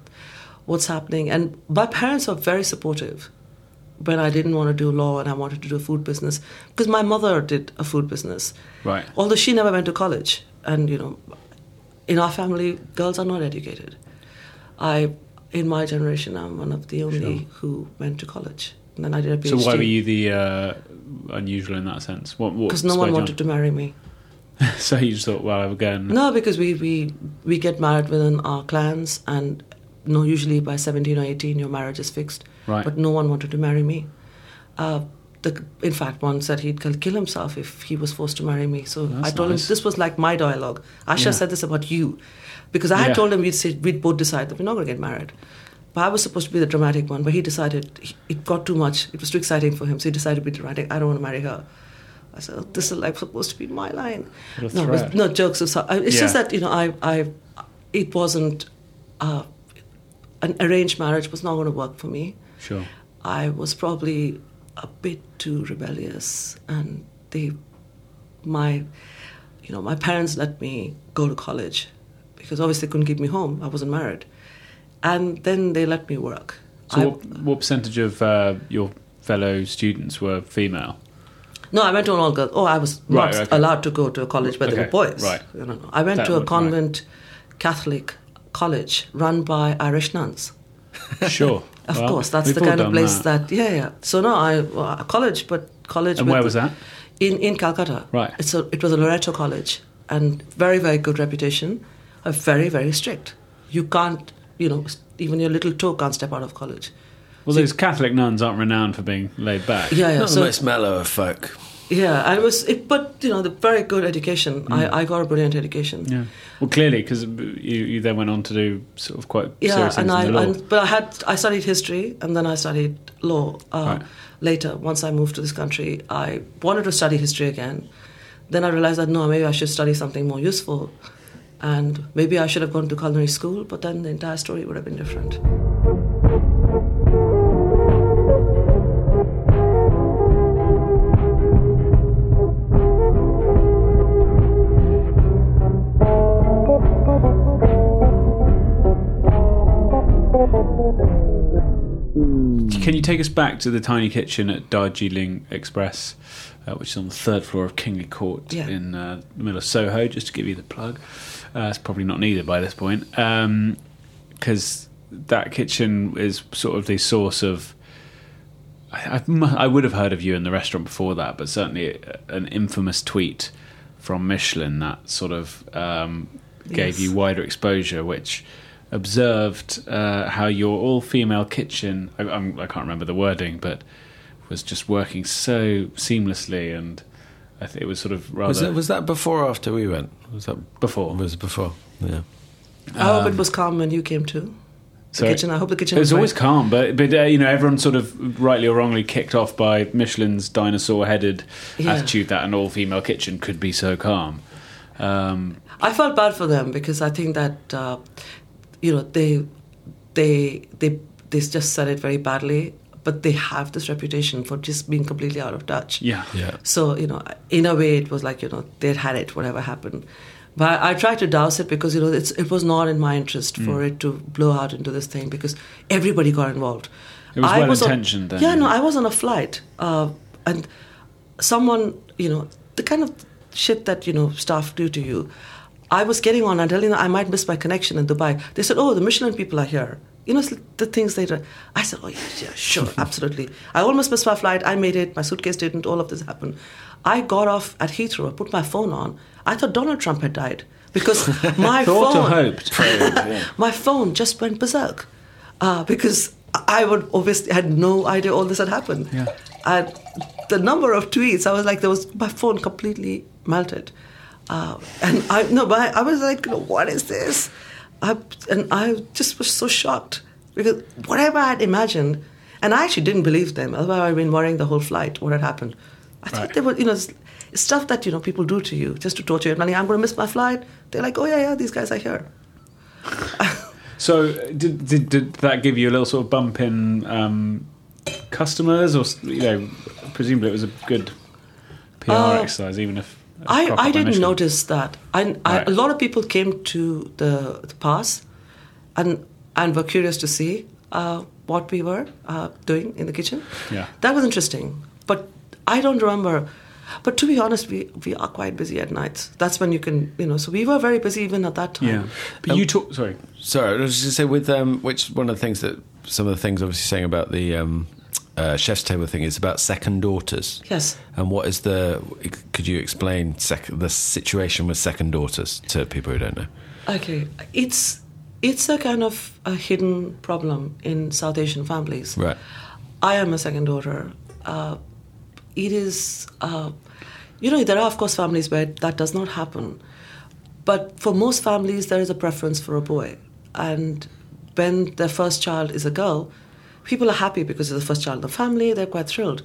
what's happening and my parents are very supportive when i didn't want to do law and i wanted to do food business because my mother did a food business Right. although she never went to college and you know in our family girls are not educated i in my generation i'm one of the only who went to college and then i did a phd So why were you the uh, unusual in that sense? What? because no one wanted to marry me to. So you just thought, well, again, no because we we we get married within our clans and no usually by 17 or 18 your marriage is fixed Right. but no one wanted to marry me uh, the, in fact, one said he'd kill kill himself if he was forced to marry me. So That's I told nice. him this was like my dialogue. I should have Yeah. said this about you, because I had Yeah. told him we'd, say, we'd both decide that we're not going to get married. But I was supposed to be the dramatic one, but he decided he, it got too much. It was too exciting for him, so he decided to be dramatic. I don't want to marry her. I said, oh, this is like supposed to be my line. What a No, it was- threat. no jokes aside. I- It's just Yeah. that you know, I, I, it wasn't. Uh, an arranged marriage was not going to work for me. sure. I was probably a bit too rebellious, and they, my, you know, my parents let me go to college because obviously they couldn't keep me home. I wasn't married, and then they let me work. So I- what, what percentage of uh, your fellow students were female? No, I went to an all girls. Oh, I was not Right, okay. allowed to go to a college where there were Okay, boys. right. No, no, no. I went That to a would- right. convent Catholic college run by Irish nuns. Sure. Of Well, course, that's we've the all kind of done place that. that. yeah, yeah. So no, I well, college, but college. And with- where was that? In in Calcutta. Right. It's a, it was a Loreto college, and very very good reputation, uh, very very strict. You can't, you know, even your little toe can't step out of college. Well, those Catholic nuns aren't renowned for being laid back. Yeah, yeah. Not so the most mellow of folk. yeah, I was, it, but you know, the very good education. I, I got a brilliant education. Mm. Yeah. Well, clearly, because you, you then went on to do sort of quite yeah, serious things and I in the law. and, but I had I studied history and then I studied law. Uh, Right. Later, once I moved to this country, I wanted to study history again. Then I realized that no, maybe I should study something more useful, and maybe I should have gone to culinary school. But then the entire story would have been different. Mm. Can you take us back to the tiny kitchen at Darjeeling Express, uh, which is on the third floor of Kingly Court Yeah. in uh, the middle of Soho, just to give you the plug? Uh, it's probably not needed by this point, because that kitchen is sort of the source of. I, I mu- I would have heard of you in the restaurant before that, but certainly an infamous tweet from Michelin that sort of um, gave Yes. you wider exposure, which observed uh, how your all female kitchen I, I'm, I can't remember the wording, but was just working so seamlessly and. I think it was sort of rather Was that, was that before or after we went? Was that before. was it before? Yeah. I hope Um, it was calm when you came too. The Sorry? kitchen. I hope the kitchen. It was very- always calm, but but uh, you know everyone sort of rightly or wrongly kicked off by Michelin's dinosaur-headed Yeah. attitude that an all-female kitchen could be so calm. Um, I felt bad for them because I think that uh, you know they they they they just said it very badly, but they have this reputation for just being completely out of touch. yeah, Yeah. So you know, in a way, it was like you know they'd had it. Whatever happened, But I tried to douse it because you know it's, it was not in my interest Mm. for it to blow out into this thing because everybody got involved. It was I well on- intentioned then, Yeah, no, yeah. I was on a flight, uh, and someone, you know, the kind of shit that you know staff do to you. I was getting on. I'm telling them I might miss my connection in Dubai. They said, "Oh, the Michelin people are here." You know it's the things they do. I said, "Oh yeah, yeah sure, absolutely." I almost missed my flight. I made it. My suitcase didn't. All of this happened. I got off at Heathrow. I put my phone on. I thought Donald Trump had died because my Thought phone or hoped? my phone just went berserk uh, because I would obviously had no idea all this had happened. Yeah. And the number of tweets, I was like, there was my phone completely melted, uh, and I no, but I, I was like, you know, what is this? I, and I just was so shocked because whatever I'd imagined, and I actually didn't believe them. Otherwise, I'd been worrying the whole flight what had happened. I thought Right. they were, you know, s- stuff that you know people do to you just to torture you. And I'm going to miss my flight. They're like, oh yeah, yeah, these guys are here. So did, did did that give you a little sort of bump in um, customers, or you know, presumably it was a good PR Uh, exercise, even if a I, cock-up I didn't initially. notice that. I, I, Right. a lot of people came to the, the pass and, and were curious to see uh, what we were uh, doing in the kitchen. Yeah. That was interesting. But I don't remember. But to be honest, we, we are quite busy at nights. That's when you can, you know, so we were very busy even at that time. Yeah, Um, but you talk. Sorry, Sorry, I was just going to say with um, which one of the things that some of the things obviously saying about the um, uh, chef's table thing is about second daughters. Yes. And what is the? Could you explain sec- the situation with second daughters to people who don't know? Okay. It's, it's a kind of a hidden problem in South Asian families. Right. I am a second daughter. Uh, it is, uh, you know, there are, of course, families where that does not happen. But for most families, there is a preference for a boy. And when their first child is a girl, people are happy because it's the first child in the family, they're quite thrilled.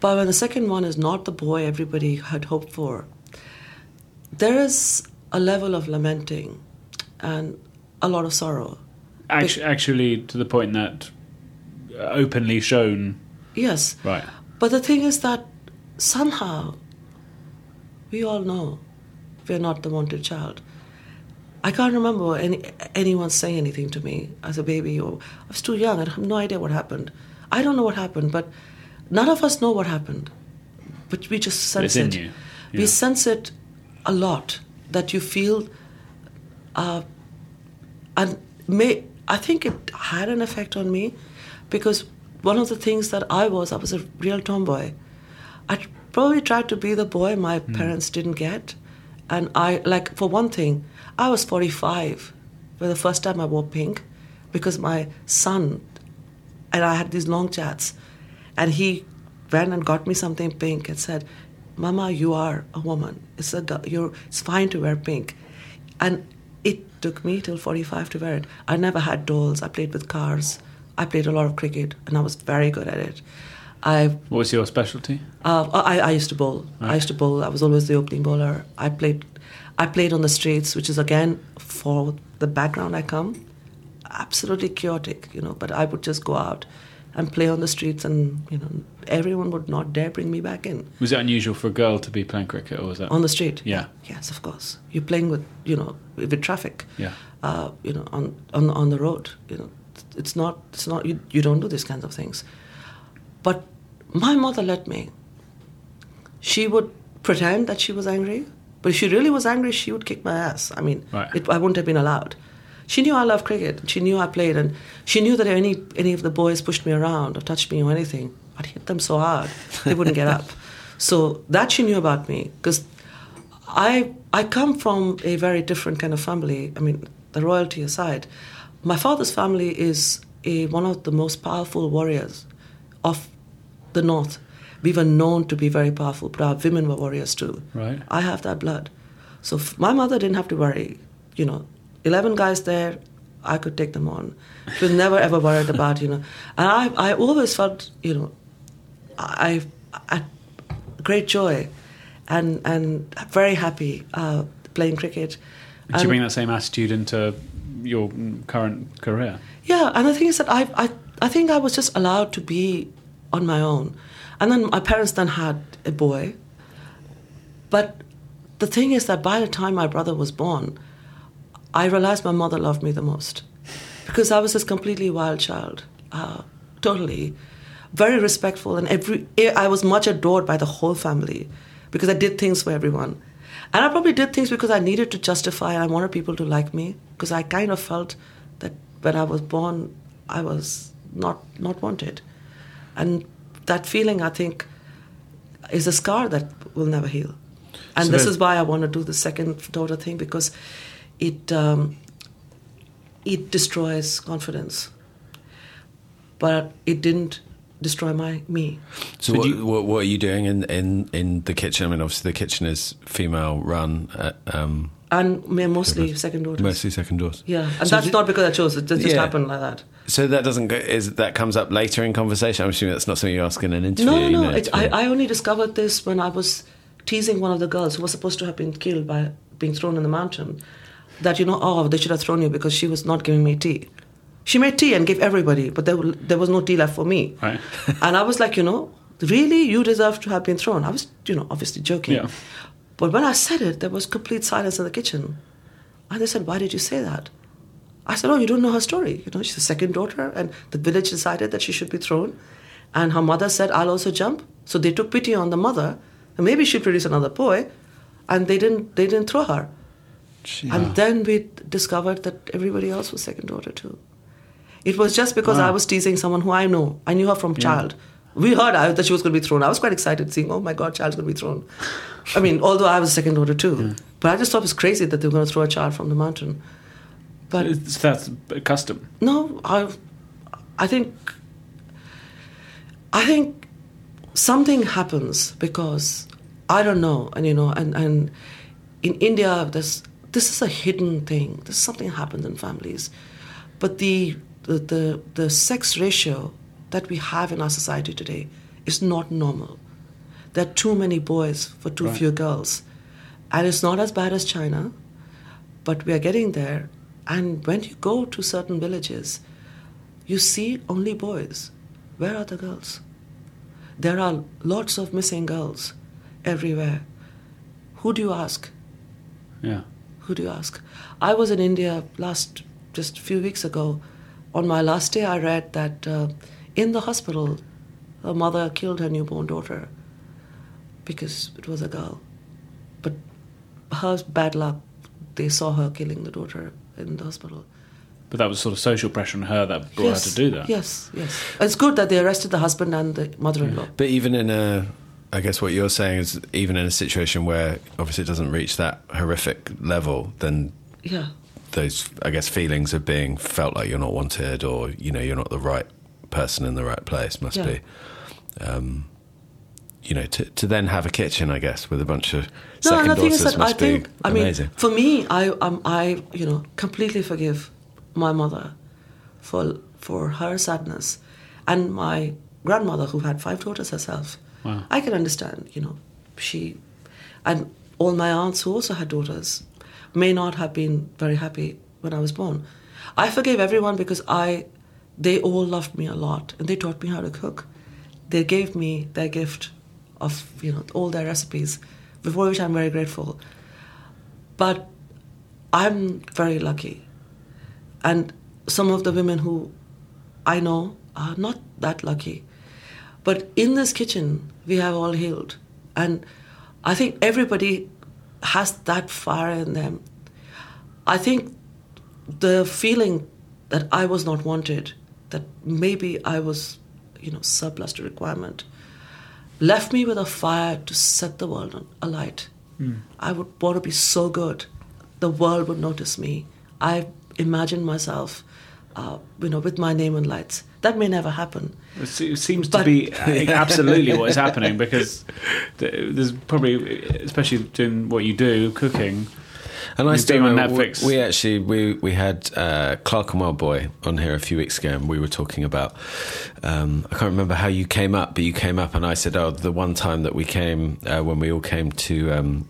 But when the second one is not the boy everybody had hoped for, there is a level of lamenting and a lot of sorrow. actually, actually, to the point that uh, openly shown. Yes. Right. But the thing is that somehow we all know we're not the wanted child. I can't remember any, anyone saying anything to me as a baby, or I was too young. I have no idea what happened. I don't know what happened, but none of us know what happened. But we just sense in it. you. We Yeah. sense it a lot that you feel, uh, and may I think it had an effect on me, because one of the things that I was, I was a real tomboy. I tr- probably tried to be the boy my parents didn't get. And I, like, for one thing, I was 45 for the first time I wore pink because my son and I had these long chats. And he went and got me something pink and said, Mama, you are a woman. It's, a, gu- you're, it's fine to wear pink. And it took me till 45 to wear it. I never had dolls. I played with cars. I played a lot of cricket and I was very good at it. I What was your specialty? uh, I, I used to bowl. I used to bowl. I was always the opening bowler. I played, I played on the streets, which is again for the background I come, absolutely chaotic, you know. But I would just go out and play on the streets, and you know, everyone would not dare bring me back in Was it unusual for a girl to be playing cricket, or was that? on the street. Yeah. Yes, of course. You're playing with you know with traffic. Yeah. Uh, you know on on on the road. You know, it's not it's not you you don't do these kinds of things. But my mother let me. She would pretend that she was angry, but if she really was angry, she would kick my ass. I mean, Right. it, I wouldn't have been allowed. She knew I loved cricket. She knew I played, and she knew that any any of the boys pushed me around or touched me or anything, I'd hit them so hard they wouldn't get up. So that she knew about me because I I come from a very different kind of family. I mean, the royalty aside, my father's family is a, one of the most powerful warriors of the north. We were known to be very powerful, but our women were warriors too. Right. I have that blood, so f- my mother didn't have to worry. You know, eleven guys there, I could take them on. She was never ever worried about you know, and I I always felt you know I, I great joy and and very happy uh, playing cricket. Did um, you bring that same attitude into your mm, current career? Yeah, and the thing is that I, I, I think I was just allowed to be on my own. And then my parents then had a boy. But the thing is that by the time my brother was born, I realized my mother loved me the most because I was this completely wild child, uh, totally very respectful, and every eh, I was much adored by the whole family because I did things for everyone, and I probably did things because I needed to justify and I wanted people to like me because I kind of felt that when I was born I was not not wanted, and that feeling I think is a scar that will never heal. And So this then- is why I want to do the second daughter thing because it um, it destroys confidence, but it didn't destroy my me. So, what, what, what are you doing in, in, in the kitchen? I mean, obviously, the kitchen is female run, uh, um, And we're mostly second daughters. mostly second doors. Yeah, and So that's do- not because I chose it. It just Yeah. happened like that. So that doesn't go, is that comes up later in conversation. I'm assuming that's not something you ask in an interview. No, no, you no. know, It, to I, be- I only discovered this when I was teasing one of the girls who was supposed to have been killed by being thrown in the mountain. That you know, oh, they should have thrown you because she was not giving me tea. She made tea and gave everybody, but there, were- there was no tea left for me. Right. and I was like, you know, really, you deserve to have been thrown. I was, you know, obviously joking. Yeah. But when I said it, there was complete silence in the kitchen. And they said, why did you say that? I said, "Oh, you don't know her story. You know, she's the second daughter, and the village decided that she should be thrown, and her mother said, "I'll also jump." So they took pity on the mother, and maybe she produced another boy, and they didn't. They didn't throw her. And then we discovered that everybody else was second daughter too. It was just because I was teasing someone who I know. I knew her from child. We heard I- that she was going to be thrown. I was quite excited, seeing, "Oh my God, child's going to be thrown." I mean, although I was second daughter too, but I just thought it was crazy that they were going to throw a child from the mountain. But It's, that's a custom. no, I, I think, I think something happens because I don't know, and you know, and and in India, there's this is a hidden thing. There's something happens in families, but the the the, the sex ratio that we have in our society today is not normal. There are too many boys for too few girls, and it's not as bad as China but we are getting there. And when you go to certain villages, you see only boys. Where are the girls? There are lots of missing girls everywhere. Who do you ask? Yeah. Who do you ask? I was in India last, just a few weeks ago. On my last day, I read that uh, in the hospital, a mother killed her newborn daughter because it was a girl. But her bad luck, they saw her killing the daughter in the hospital. But that was sort of social pressure on her that brought her to do that. Yes, yes. It's good that they arrested the husband and the mother in law. But even in a, I guess what you're saying is even in a situation where obviously it doesn't reach that horrific level, then Yeah. those I guess feelings of being felt like you're not wanted or you know you're not the right person in the right place must Yeah. be, um, you know, to to then have a kitchen I guess with a bunch of second and the thing daughters is that must I think, be I mean, amazing. for me, I, um, I, you know, completely forgive my mother for for her sadness, and my grandmother who had five daughters herself. Wow. I can understand, you know, she, and all my aunts who also had daughters, may not have been very happy when I was born. I forgave everyone because I, they all loved me a lot, and they taught me how to cook. They gave me their gift of you know all their recipes, for which I'm very grateful but I'm very lucky. And some of the women who I know are not that lucky. But in this kitchen, we have all healed. And I think everybody has that fire in them. I think the feeling that I was not wanted, that maybe I was, you know, surplus to requirement, left me with a fire to set the world on alight. I would want to be so good, the world would notice me. I imagined myself, uh, you know, with my name in lights. That may never happen. It se- it seems to But- be uh, absolutely what is happening because th- there's probably, especially doing what you do, cooking. And I You've still been on remember- Netflix. We actually we we had uh, Clark and Wild Boy on here a few weeks ago, and we were talking about um, I can't remember how you came up, but you came up, and I said, "Oh, the one time that we came uh, when we all came to." Um,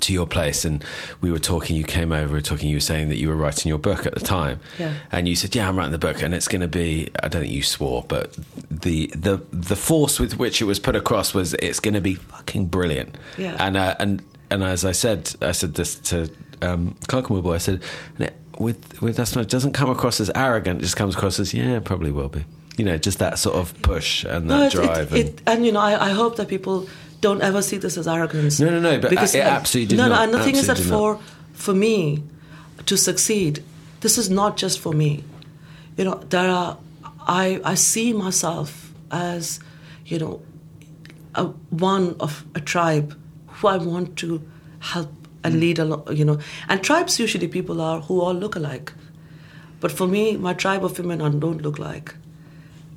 to your place, and we were talking. You came over, we were talking. You were saying that you were writing your book at the time, Yeah. and you said, "Yeah, I'm writing the book, and it's going to be." I don't think you swore, but the the the force with which it was put across was, "It's going to be fucking brilliant." Yeah. and uh, and and as I said, I said this to um, Kokomo Boy. I said, "And it- with with us, it doesn't come across as arrogant. It just comes across as yeah, it probably will be. You know, just that sort of push and that No, it- it- drive. and, it- and you know, I, I hope that people don't ever see this as arrogance. No, no, no, but it uh, absolutely did no, not, no. And the thing is that absolutely did for not. for me to succeed, this is not just for me. You know, there are I I see myself as you know a, one of a tribe who I want to help Hmm. and lead along. You know, and tribes usually people are who all look alike. But for me, my tribe of women are, don't look like.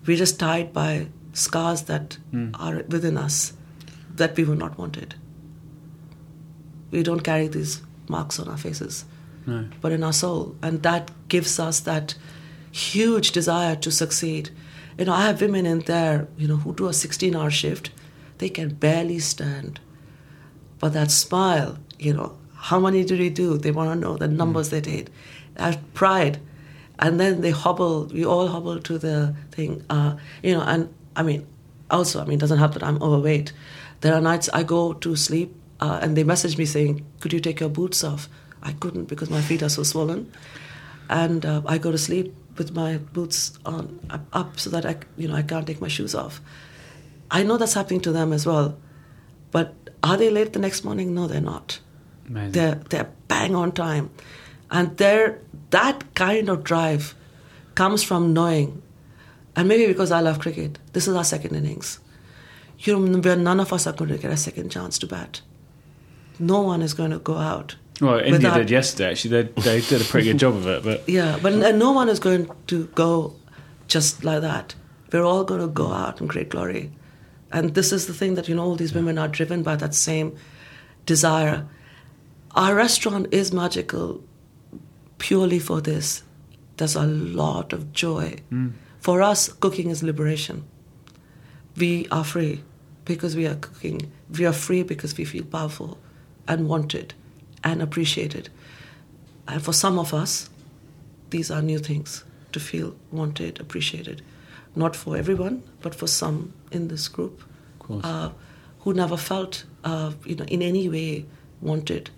We're just tied by scars that Hmm. are within us that we were not wanted. We don't carry these marks on our faces, but in our soul. And that gives us that huge desire to succeed. You know, I have women in there, you know, who do a 16 hour shift, they can barely stand. But that smile, you know, how many did we do? They want to know the numbers they did. That pride. And then they hobble, we all hobble to the thing, uh, you know, and I mean, also, I mean, it doesn't help that I'm overweight. There are nights I go to sleep uh, and they message me saying, could you take your boots off? I couldn't because my feet are so swollen. And uh, I go to sleep with my boots on up- up so that I, c- you know, I can't take my shoes off. I know that's happening to them as well. But are they late the next morning? No, they're not. Amazing. They're they're bang on time, and they're that kind of drive comes from knowing, and maybe because I love cricket, this is our second innings. You know, where none of us are going to get a second chance to bat. No one is going to go out. Well, India without- did yesterday. Actually, they, they did a pretty good job of it. But yeah, but and no one is going to go just like that. We're all going to go out in great glory. And this is the thing that, you know, all these women are driven by that same desire. Our restaurant is magical purely for this. There's a lot of joy. For us, cooking is liberation. We are free because we are cooking. We are free because we feel powerful and wanted and appreciated. And for some of us, these are new things to feel wanted, appreciated. Not for everyone, but for some in this group uh, who never felt, uh, you know, in any way wanted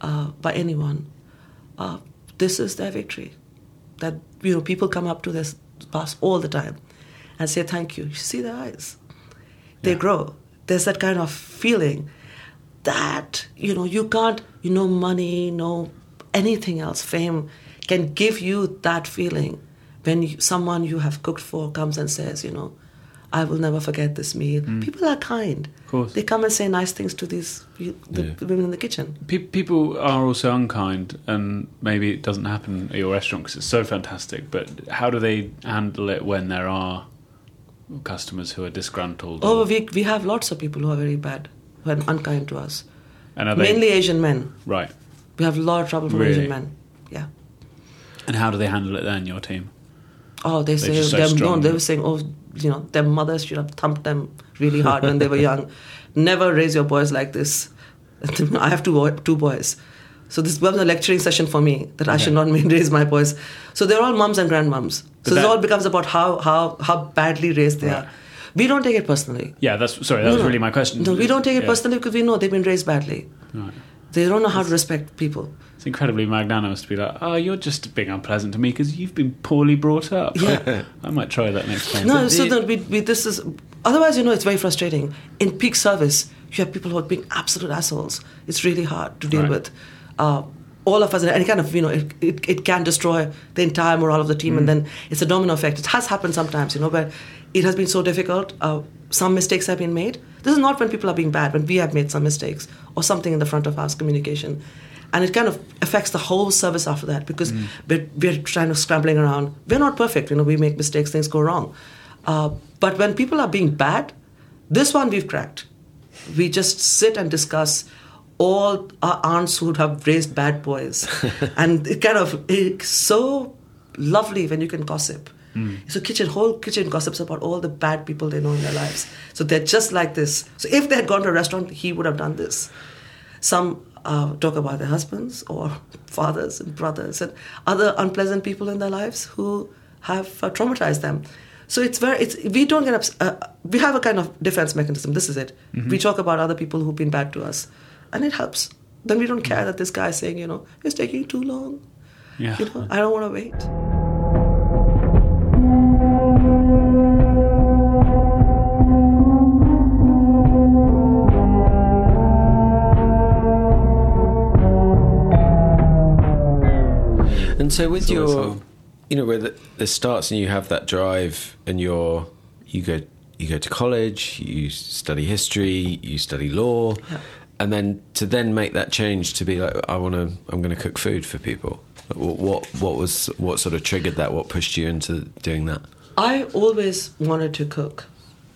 uh, by anyone. Uh, this is their victory. That you know, people come up to this bus all the time and say thank you. You see their eyes; they grow. There's that kind of feeling that you know you can't you know money no anything else fame can give you that feeling when you, someone you have cooked for comes and says you know i will never forget this meal people are kind of course. they come and say nice things to these you- the Yeah. women in the kitchen Pe- people are also unkind, and maybe it doesn't happen at your restaurant because it's so fantastic. But how do they handle it when there are customers who are disgruntled? oh or- we, we have lots of people who are very bad who are unkind to us and are they mainly asian men right? we have a lot of trouble from Really? asian men yeah And how do they handle it then? Your team? Oh, they say just so them, no, strong. they were saying, oh, you know, their mothers should have thumped them really hard when they were young. Never raise your boys like this. I have two, boy, two boys. So this was a lecturing session for me that I should not raise my boys. So they're all mums and grandmums. So this that- all becomes about how, how, how badly raised they are. We don't take it personally. Yeah, that's sorry. That was really my question. No, we don't take it Yeah. personally because we know they've been raised badly. Right. They don't know how to respect people. It's incredibly magnanimous to be like, "Oh, you're just being unpleasant to me because you've been poorly brought up." Yeah. I might try that next time. No, so that we, we this is otherwise you know it's very frustrating. In peak service, you have people who are being absolute assholes. It's really hard to deal Right. with. Uh, all of us, and it kind of you know, it, it, it can destroy the entire morale of the team, and then it's a domino effect. It has happened sometimes, you know, but it has been so difficult. Uh, some mistakes have been made. This is not when people are being bad, when we have made some mistakes or something in the front of house communication, and it kind of affects the whole service after that because we're, we're trying to scrambling around. We're not perfect, you know. We make mistakes, things go wrong, uh, but when people are being bad, this one we've cracked. We just sit and discuss all our aunts who have raised bad boys. and it kind of, it's so lovely when you can gossip. So kitchen, whole kitchen gossips about all the bad people they know in their lives. So they're just like this. So if they had gone to a restaurant, he would have done this. Some uh, talk about their husbands or fathers and brothers and other unpleasant people in their lives who have uh, traumatized them. So it's very it's we don't get ups, uh, we have a kind of defense mechanism. This is it. We talk about other people who've been bad to us, and it helps. Then we don't care that this guy is saying, you know, it's taking too long. Yeah. You know, I don't want to wait. And so with It's always your, hard. you know, where the, this starts and you have that drive, and you're you go you go to college, you study history, you study law, and then to then make that change to be like, I want to, I'm going to cook food for people. Wh- What what was what sort of triggered that? What pushed you into doing that? I always wanted to cook.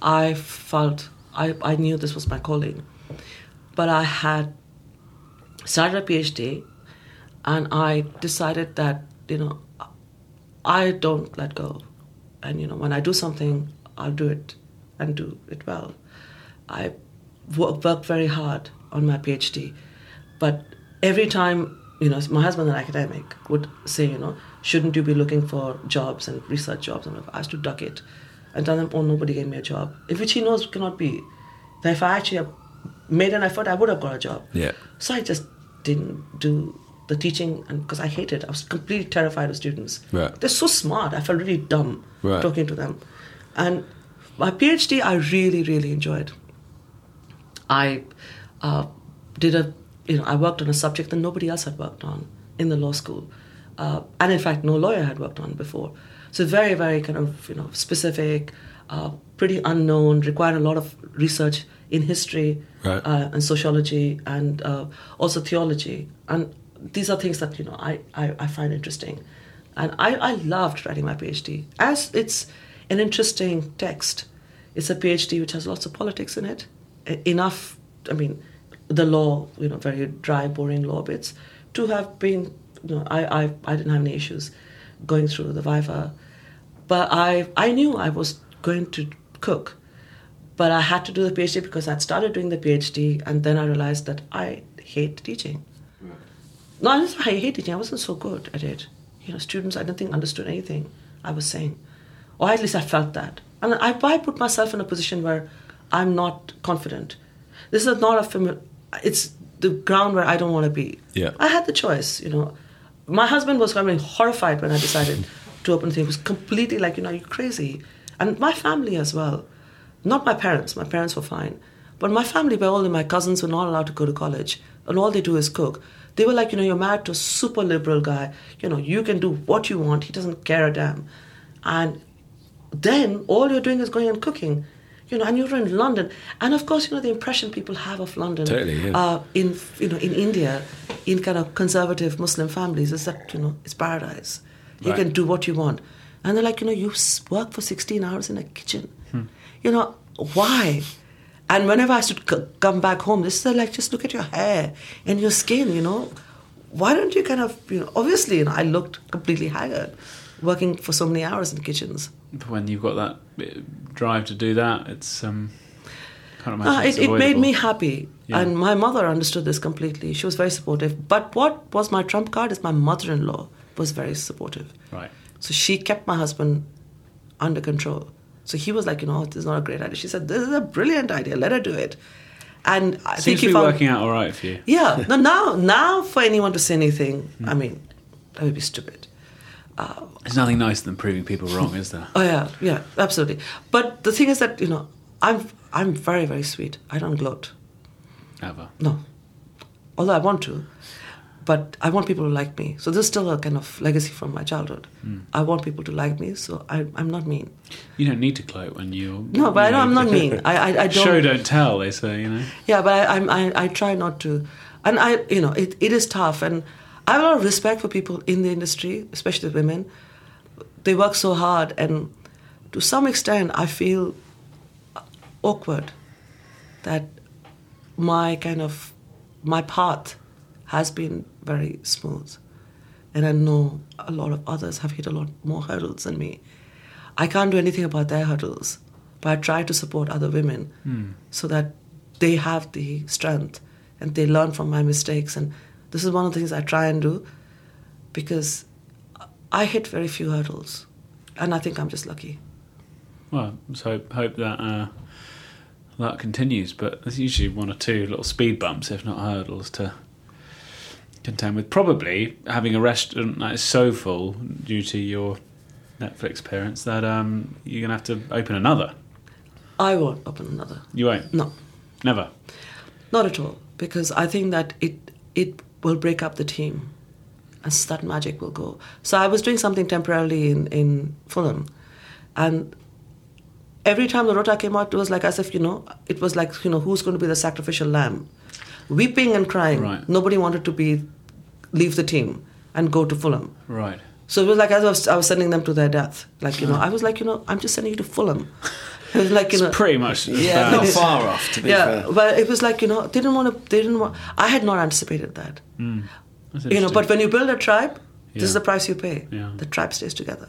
I felt I, I knew this was my calling. But I had started a PhD and I decided that, you know, I don't let go. And, you know, when I do something, I'll do it and do it well. I wo- worked very hard on my PhD. But every time, you know, my husband, an academic, would say, you know, shouldn't you be looking for jobs and research jobs? And I used to duck it and tell them, oh, nobody gave me a job, which he knows cannot be. That if I actually have made an effort, I would have got a job. Yeah. So I just didn't do the teaching and because I hated it. I was completely terrified of students. Right. They're so smart. I felt really dumb Right. talking to them. And my PhD I really, really enjoyed. I uh, did a you know I worked on a subject that nobody else had worked on in the law school, uh, and in fact no lawyer had worked on before. So very very kind of you know specific, uh, pretty unknown, required a lot of research in history Right. uh, and sociology and uh, also theology, and these are things that you know I I, I find interesting, and I I loved writing my PhD as it's an interesting text. It's a PhD which has lots of politics in it. e- Enough, I mean, the law, you know, very dry, boring law bits, to have been, you know, I, I, I didn't have any issues going through the Viva. But I, I knew I was going to cook. But I had to do the PhD because I'd started doing the PhD and then I realized that I hate teaching. No, I, just, I hate teaching. I wasn't so good at it. You know, students, I don't think understood anything I was saying, or at least I felt that. And I, I put myself in a position where I'm not confident. This is not a familiar. It's the ground where I don't want to be. Yeah. I had the choice. You know, my husband was I mean, horrified when I decided to open a thing. He was completely like, you know, you're crazy, and my family as well. Not my parents. My parents were fine. But my family, by all my cousins were not allowed to go to college, and all they do is cook. They were like, you know, you're married to a super liberal guy. You know, you can do what you want. He doesn't care a damn. And then all you're doing is going and cooking, you know. And you're in London, and of course, you know the impression people have of London, Totally, yeah. uh, in you know in India, in kind of conservative Muslim families, is that you know it's paradise. You Right. can do what you want, and they're like, you know, you s- work for 16 hours in a kitchen, you know why? And whenever I should c- come back home, this is like, just look at your hair and your skin, you know. Why don't you kind of, you know, obviously, you know, I looked completely haggard working for so many hours in kitchens. when you've got that bit- drive to do that, it's um, can't imagine. Uh, it's it, it made avoidable. me happy. Yeah. And my mother understood this completely. She was very supportive. But what was my trump card is my mother in law was very supportive. right. So she kept my husband under control. So he was like, you know, this is not a great idea. She said, this is a brilliant idea. Let her do it. And I Seems think to he be found working out all right for you. yeah. No, now, now for anyone to say anything, Hmm. I mean, that would be stupid. There's nothing nicer than proving people wrong, is there? Oh yeah, yeah, absolutely. But the thing is that you know, I'm I'm very very sweet. I don't gloat. Ever. No, although I want to, but I want people to like me. So this is still a kind of legacy from my childhood. I want people to like me, so I, I'm not mean. You don't need to gloat when you. No, but I you don't, I'm know, not mean. I I, I don't. Show don't tell, they say. You know. Yeah, but I, I'm- I I try not to, and I you know it, it is tough, and I have a lot of respect for people in the industry, especially the women. They work so hard, and to some extent, I feel awkward that my kind of my path has been very smooth, and I know a lot of others have hit a lot more hurdles than me. I can't do anything about their hurdles, but I try to support other women so that they have the strength and they learn from my mistakes. And this is one of the things I try and do because I hit very few hurdles, and I think I'm just lucky. Well, so hope that uh, that continues. But there's usually one or two little speed bumps, if not hurdles, to contend with. Probably having a restaurant that is so full due to your Netflix parents that um, you're going to have to open another. I won't open another. You won't. No, Never. not at all. Because I think that it it will break up the team, and so that magic will go. So I was doing something temporarily in in Fulham, and every time the rota came out, it was like as if you know, it was like you know, who's going to be the sacrificial lamb, weeping and crying. Right. Nobody wanted to be leave the team and go to Fulham. Right. So it was like as I was, I was sending them to their death. Like you know, I was like you know, I'm just sending you to Fulham. It was like you know, It's pretty much. as Yeah, bad not as- far off, to be yeah. fair. But it was like you know, they didn't want to. They didn't want. I had not anticipated that. That's You know, interesting. but when you build a tribe, this is Yeah. the price you pay. Yeah. The tribe stays together,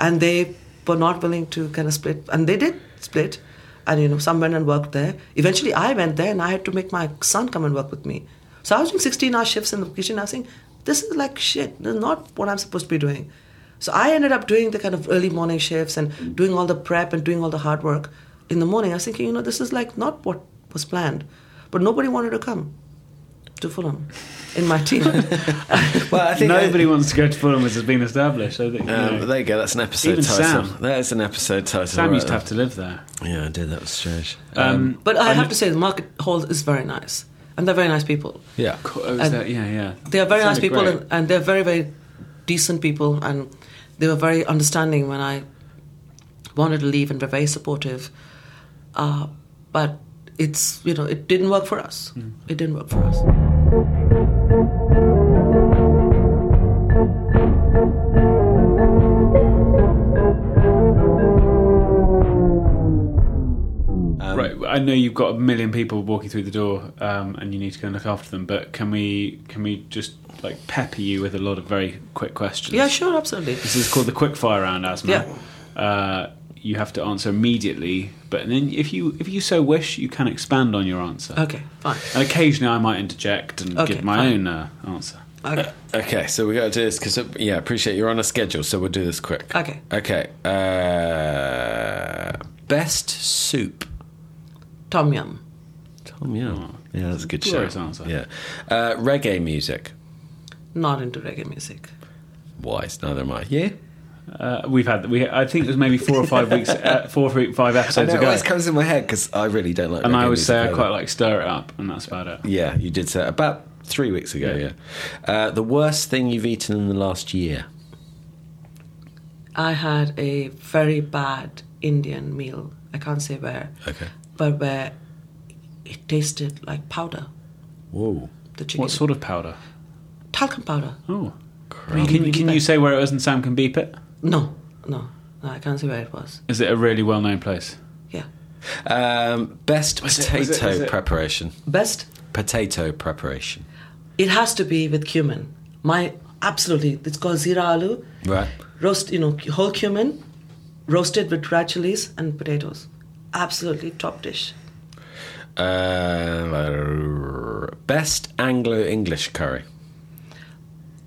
and they were not willing to kind of split, and they did split. And you know, some went and worked there. Eventually, I went there, and I had to make my son come and work with me. So I was doing 16-hour shifts in the kitchen. I was saying, "This is like shit. This is not what I'm supposed to be doing." So I ended up doing the kind of early morning shifts and doing all the prep and doing all the hard work in the morning. I was thinking, you know, this is like not what was planned, but nobody wanted to come to Fulham in my team. Well, I think uh, Nobody wants to go to Fulham as has been established. So that, you Um, know, there you go. That's an episode Even title. Sam. That is an episode title. Sam right used to there. have to live there. Yeah, I did. That was strange. Um, But I have to say, the market hall is very nice, and they're very nice people. Yeah. co- oh, is and- that- yeah, yeah. They are very nice Sounded people, great. and, and they're very, very decent people, and they were very understanding when I wanted to leave, and were very supportive. Uh, but it's you know, it didn't work for us. It didn't work for us. right. Um, I know you've got a million people walking through the door, um, and you need to go and look after them. But can we can we just like pepper you with a lot of very quick questions? Yeah, sure, absolutely. This is called the quick fire round, asthma. Uh, you have to answer immediately, but then if you if you so wish, you can expand on your answer. Okay, fine. And occasionally, I might interject and Uh, Okay, give my own fine. uh, answer. Okay. Okay, so we got to do this because yeah, I appreciate you're on a schedule, so we'll do this quick. Okay. Okay. Uh, best soup. Tom Yum. Tom Yum. Hmm. Yeah, that's a good Glorious shout. answer. Yeah. Uh, reggae music. Not into reggae music. Wise. Neither am I. Yeah. Uh, we've had we I think it was maybe four or five weeks, uh, four or five I episodes know, it ago, always comes in my head because I really don't like. and reggae I always music say I either. quite like stir it up, and that's about it. Yeah, you did say about three weeks ago. Yeah. Uh, the worst thing you've eaten in the last year. I had a very bad Indian meal. I can't say where. Okay. but where it tasted like powder. Whoa. The chicken, What sort of powder? talcum powder? Oh, Really, can really can bad. you say where it was, and Sam can beep it? No, no, no, I can't say where it was. Is it a really well known place? Yeah, Um, best Was it- potato was it- was it- preparation. best. Potato preparation. It has to be with cumin. My absolutely, it's called zira aloo. Right. Roast, you know, whole cumin, roasted with red chilies and potatoes. Absolutely top dish. Uh, best Anglo English curry.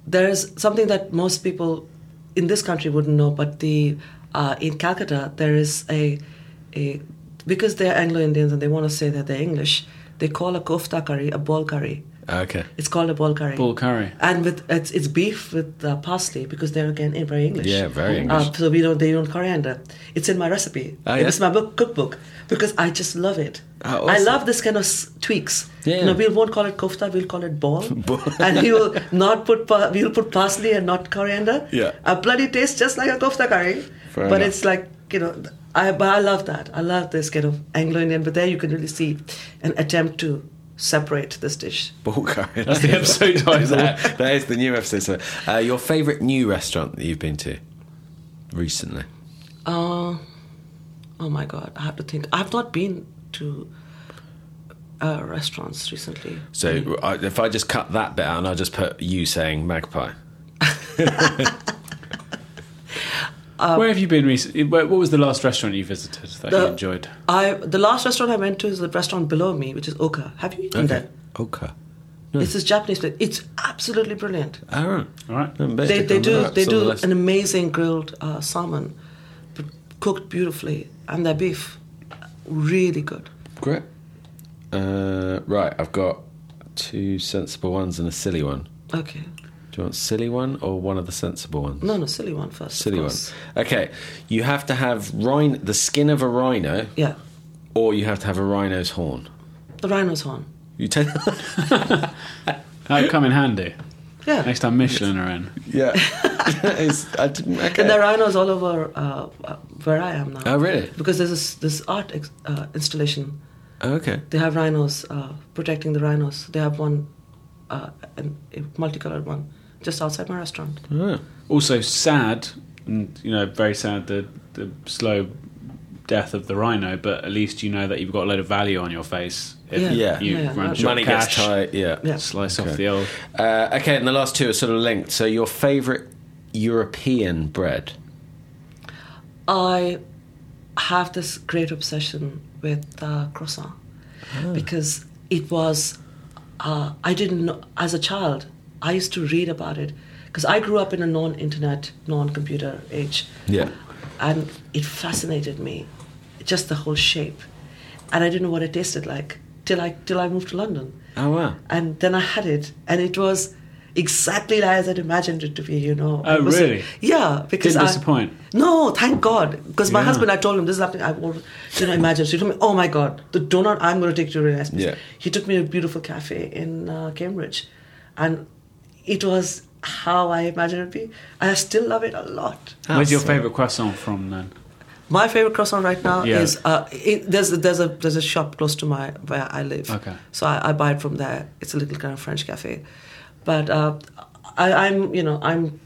there is something that most people in this country wouldn't know, but the uh, in Calcutta there is a, a because they're Anglo Indians and they want to say that they're English, they call a kofta curry a ball curry. Okay. It's called a ball curry. Ball curry. And with it's, it's beef with uh, parsley because they're again eh, very English. Yeah, Oh. very Uh, English. so we don't they don't coriander. It's in my recipe. Ah, yeah? It's my book cookbook because I just love it. Ah, I awesome. love this kind of s- tweaks. Yeah. You know, we won't call it kofta, we'll call it ball. and we will not put par- we'll put parsley and not coriander. Yeah. A bloody tastes just like a kofta curry. Fair but enough. it's like you know. I, but I love that. I love this kind of Anglo Indian, but there you can really see an attempt to separate this dish. Ball curry. That's the episode title. that that is the new episode. So, uh, your favourite new restaurant that you've been to recently? Uh, oh my god, I have to think. I've not been to uh, restaurants recently. So, Mm. I, if I just cut that bit out and I just put you saying magpie. where have you been recently? What was the last restaurant you visited that you Um, The- enjoyed? I the last restaurant I went to is the restaurant below me, which is Oka. Have you eaten there? Okay. It's this Japanese place. It's absolutely brilliant. Aaron. All right. They, they do they do an amazing grilled uh, salmon, but cooked beautifully, and their beef, really good. Great. Uh, right, I've got two sensible ones and a silly one. Okay. Do you want silly one or one of the sensible ones? No, no, silly one first. of silly one. course. Okay, you have to have rhino, the skin of a rhino, Yeah. or you have to have a rhino's horn. The rhino's horn. You take. That would come in handy Yeah. next time Michelin are in. yeah. It's- I didn't. Okay. And there are rhinos all over uh, uh, where I am now. Oh, really? Because there's this, this art ex- uh, installation. okay. They have rhinos uh, protecting the rhinos. They have one, uh, an, a multicolored one, just outside my restaurant. Also sad, and you know, very sad the the slow death of the rhino. But at least you know that you've got a load of value on your face. If Yeah. Yeah. you Yeah, run that- short Money of cash, gets tight. Yeah. Yeah. Slice Okay. off the old. Uh, okay, and the last two are sort of linked. So your favourite European bread. I have this great obsession with uh, croissant Ah. because it was, uh, I didn't know, as a child, I used to read about it because I grew up in a non internet, non computer age. Yeah. And it fascinated me, just the whole shape. And I didn't know what it tasted like till I, till I moved to London. Oh wow. And then I had it, and it was exactly as I'd imagined it to be, you know. Oh, It was- really? Yeah, because Didn't I- disappoint. no, thank God. Because my Yeah. husband, I told him this is nothing I would, you know, imagine. So he told me, "Oh my God, the donut I'm going to take you to Erasmus." Yeah. He took me to a beautiful cafe in uh, Cambridge, and it was how I imagined it be. I still love it a lot. Where's your favourite croissant from then? My favorite croissant right now Yeah. is uh, it, there's there's a there's a shop close to my where I live. Okay. So I, I buy it from there. It's a little kind of French cafe, but uh, I, I'm you know I'm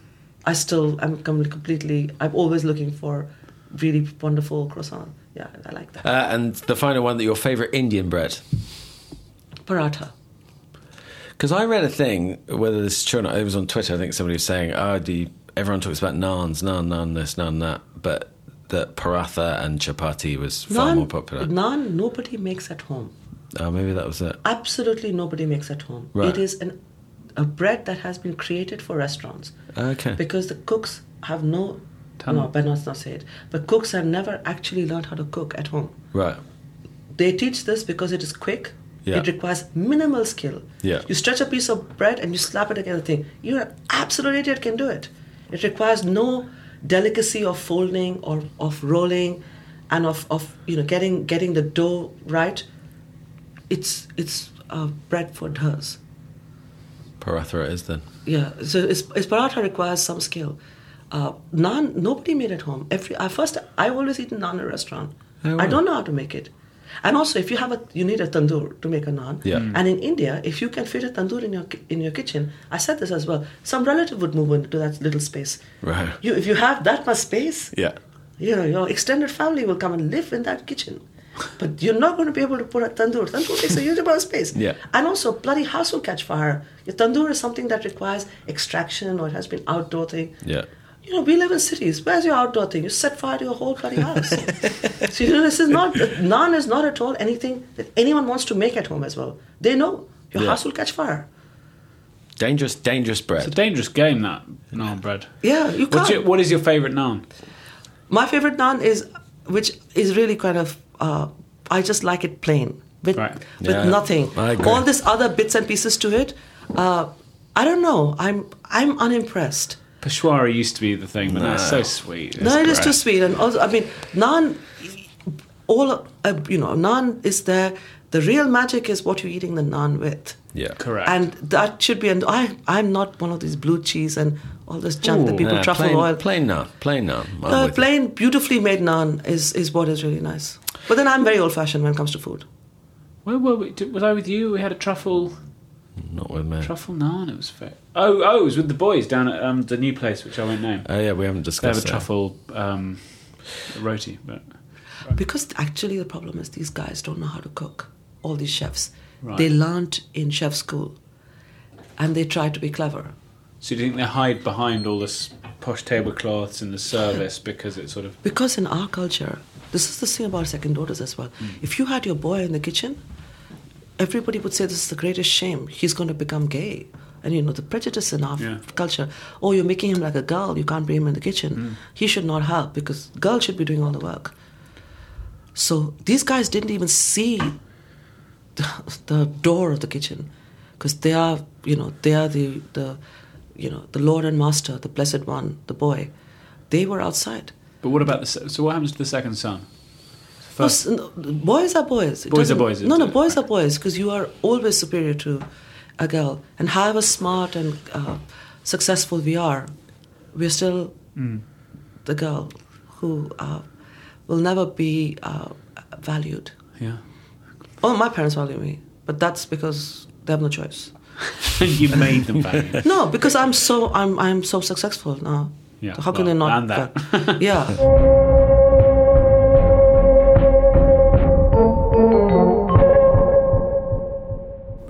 I still I'm com- completely I'm always looking for really wonderful croissant. Yeah, I like that Uh, and the final one that your favourite Indian bread. paratha. Because I read a thing, whether this is true or not, it was on Twitter. I think somebody was saying, "Oh, the everyone talks about naans, naan, naan this, naan that," but that paratha and chapati was far more popular. naan nobody makes at home. Oh, maybe that was it. Absolutely nobody makes at home. Right. It is an a bread that has been created for restaurants. Okay. because the cooks have no no, Talent. but not, not say it. But cooks have never actually learned how to cook at home. Right. They teach this because it is quick. Yeah. It requires minimal skill. Yeah. You stretch a piece of bread and you slap it against the thing. You're an absolute idiot can do it. It requires no delicacy of folding or of rolling and of, of you know getting getting the dough right. It's it's uh, bread for does. Paratha it is then. Yeah, so it's, it's paratha requires some skill. Uh, naan, nobody made at home. Every I first, I always eat naan in a restaurant. Oh, I wow. don't know how to make it. And also, if you have a, you need a tandoor to make a naan. Yeah. Mm. And in India, if you can fit a tandoor in your ki- in your kitchen, I said this as well. Some relative would move into that little space. Right. You, if you have that much space, Yeah. you know your extended family will come and live in that kitchen. But you're not going to be able to put a tandoor. Tandoor takes a huge amount of space. Yeah. And also, bloody house will catch fire. Your tandoor is something that requires extraction or it has been outdoor thing. Yeah. You know, we live in cities. Where's your outdoor thing? You set fire to your whole bloody house. so, you know, this is not, naan is not at all anything that anyone wants to make at home as well. They know your Yeah. house will catch fire. Dangerous, dangerous It's a bread. dangerous game that naan bread. Yeah, you What's can't. your, what is your favourite naan? My favorite naan is, which is really kind of, uh, I just like it plain with Right. with Yeah, nothing. I agree. All this other bits and pieces to it, uh, I don't know. I'm I'm unimpressed. Peshwari used to be the thing, but now it's so sweet. No, it is too great. sweet, and also I mean naan. All uh, you know, naan is there. The real magic is what you're eating the naan with. Yeah. Correct. And that should be. And I, I'm not one of these blue cheese and all this junk that Ooh. people Nah, truffle plain, oil. Plain naan. Plain naan. I'm No, with you. plain, beautifully made naan is, is what is really nice. But then I'm very old fashioned when it comes to food. Where were we? Did- Was I with you? We had a truffle. Not with me. Truffle naan. It was fair. Oh, oh, it was with the boys down at um, the new place, which I won't name. Oh yeah, we haven't They have a discussed that. truffle um, roti, but Because actually, the problem is these guys don't know how to cook, all these chefs. Right. They learnt in chef school and they try to be clever. so do you think they hide behind all this posh tablecloths and the service because it's sort of Because in our culture, this is the thing about second daughters as well. If you had your boy in the kitchen, everybody would say this is the greatest shame. He's going to become gay. And you know, the prejudice in our Yeah. culture oh, you're making him like a girl, you can't bring him in the kitchen. He should not help because girls should be doing all the work. So these guys didn't even see the, the door of the kitchen. because they are, you know, they are the, the, you know, the Lord and Master, the Blessed One, the boy. They were outside. But what about the se- so? What happens to the second son? No, First, s- no, boys are boys. It Boys are doesn't- boys, No, no, it- boys are boys because you are always superior to a girl. And however smart and uh, successful we are, we're still Mm. the girl who uh, will never be uh, valued. yeah, Oh, my parents value me, but that's because they have no choice. you made them value. No, because I'm so I'm I'm so successful now. Yeah, How well, can they not? and that. val- yeah.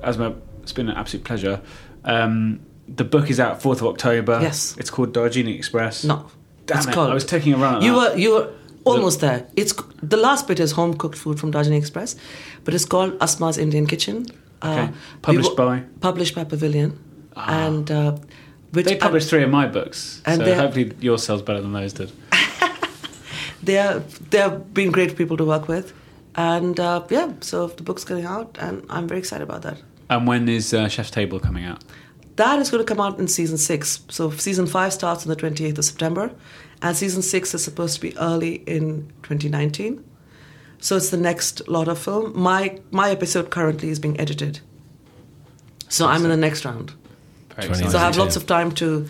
Asma, it's been an absolute pleasure. Um, the book is out fourth of October. Yes. it's called Diogene Express. No. Damn it, I was taking a run at you that. were you were almost there. It's c- the last bit is home cooked food from Darjeeling Express, but it's called Asma's Indian Kitchen. Uh, Okay. we Published wo- by? Ah. published by Pavilion, and uh, which They I- published three of my books, And so they're- hopefully yours sells better than those did. they are they have been great people to work with, and uh, yeah, so the book's coming out, and I'm very excited about that. And when is uh, Chef's Table coming out? That is going to come out in season six. So season five starts on the 28th of September, and season six is supposed to be early in 2019. So it's the next lot of film. My my episode currently is being edited, so I'm in the next round. Very Twenty- exciting. So I have Amazing. lots of time to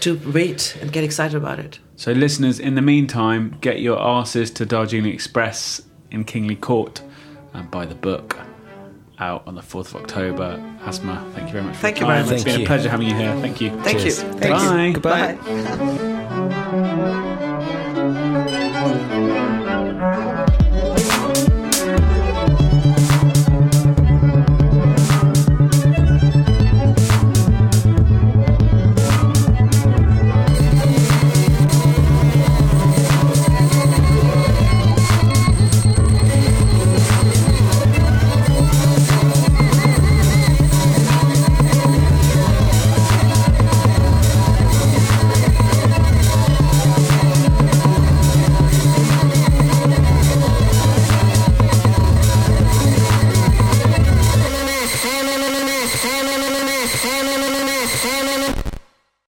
to wait and get excited about it. So, listeners, in the meantime, get your asses to Darjeeling Express in Kingly Court and buy the book out on the 4th of October. Asma, thank you very much. for Thank your you very time. much. It's been Thank a you. pleasure having you here. Thank you. Thank Cheers. you. Thank you. Goodbye. Bye. Bye.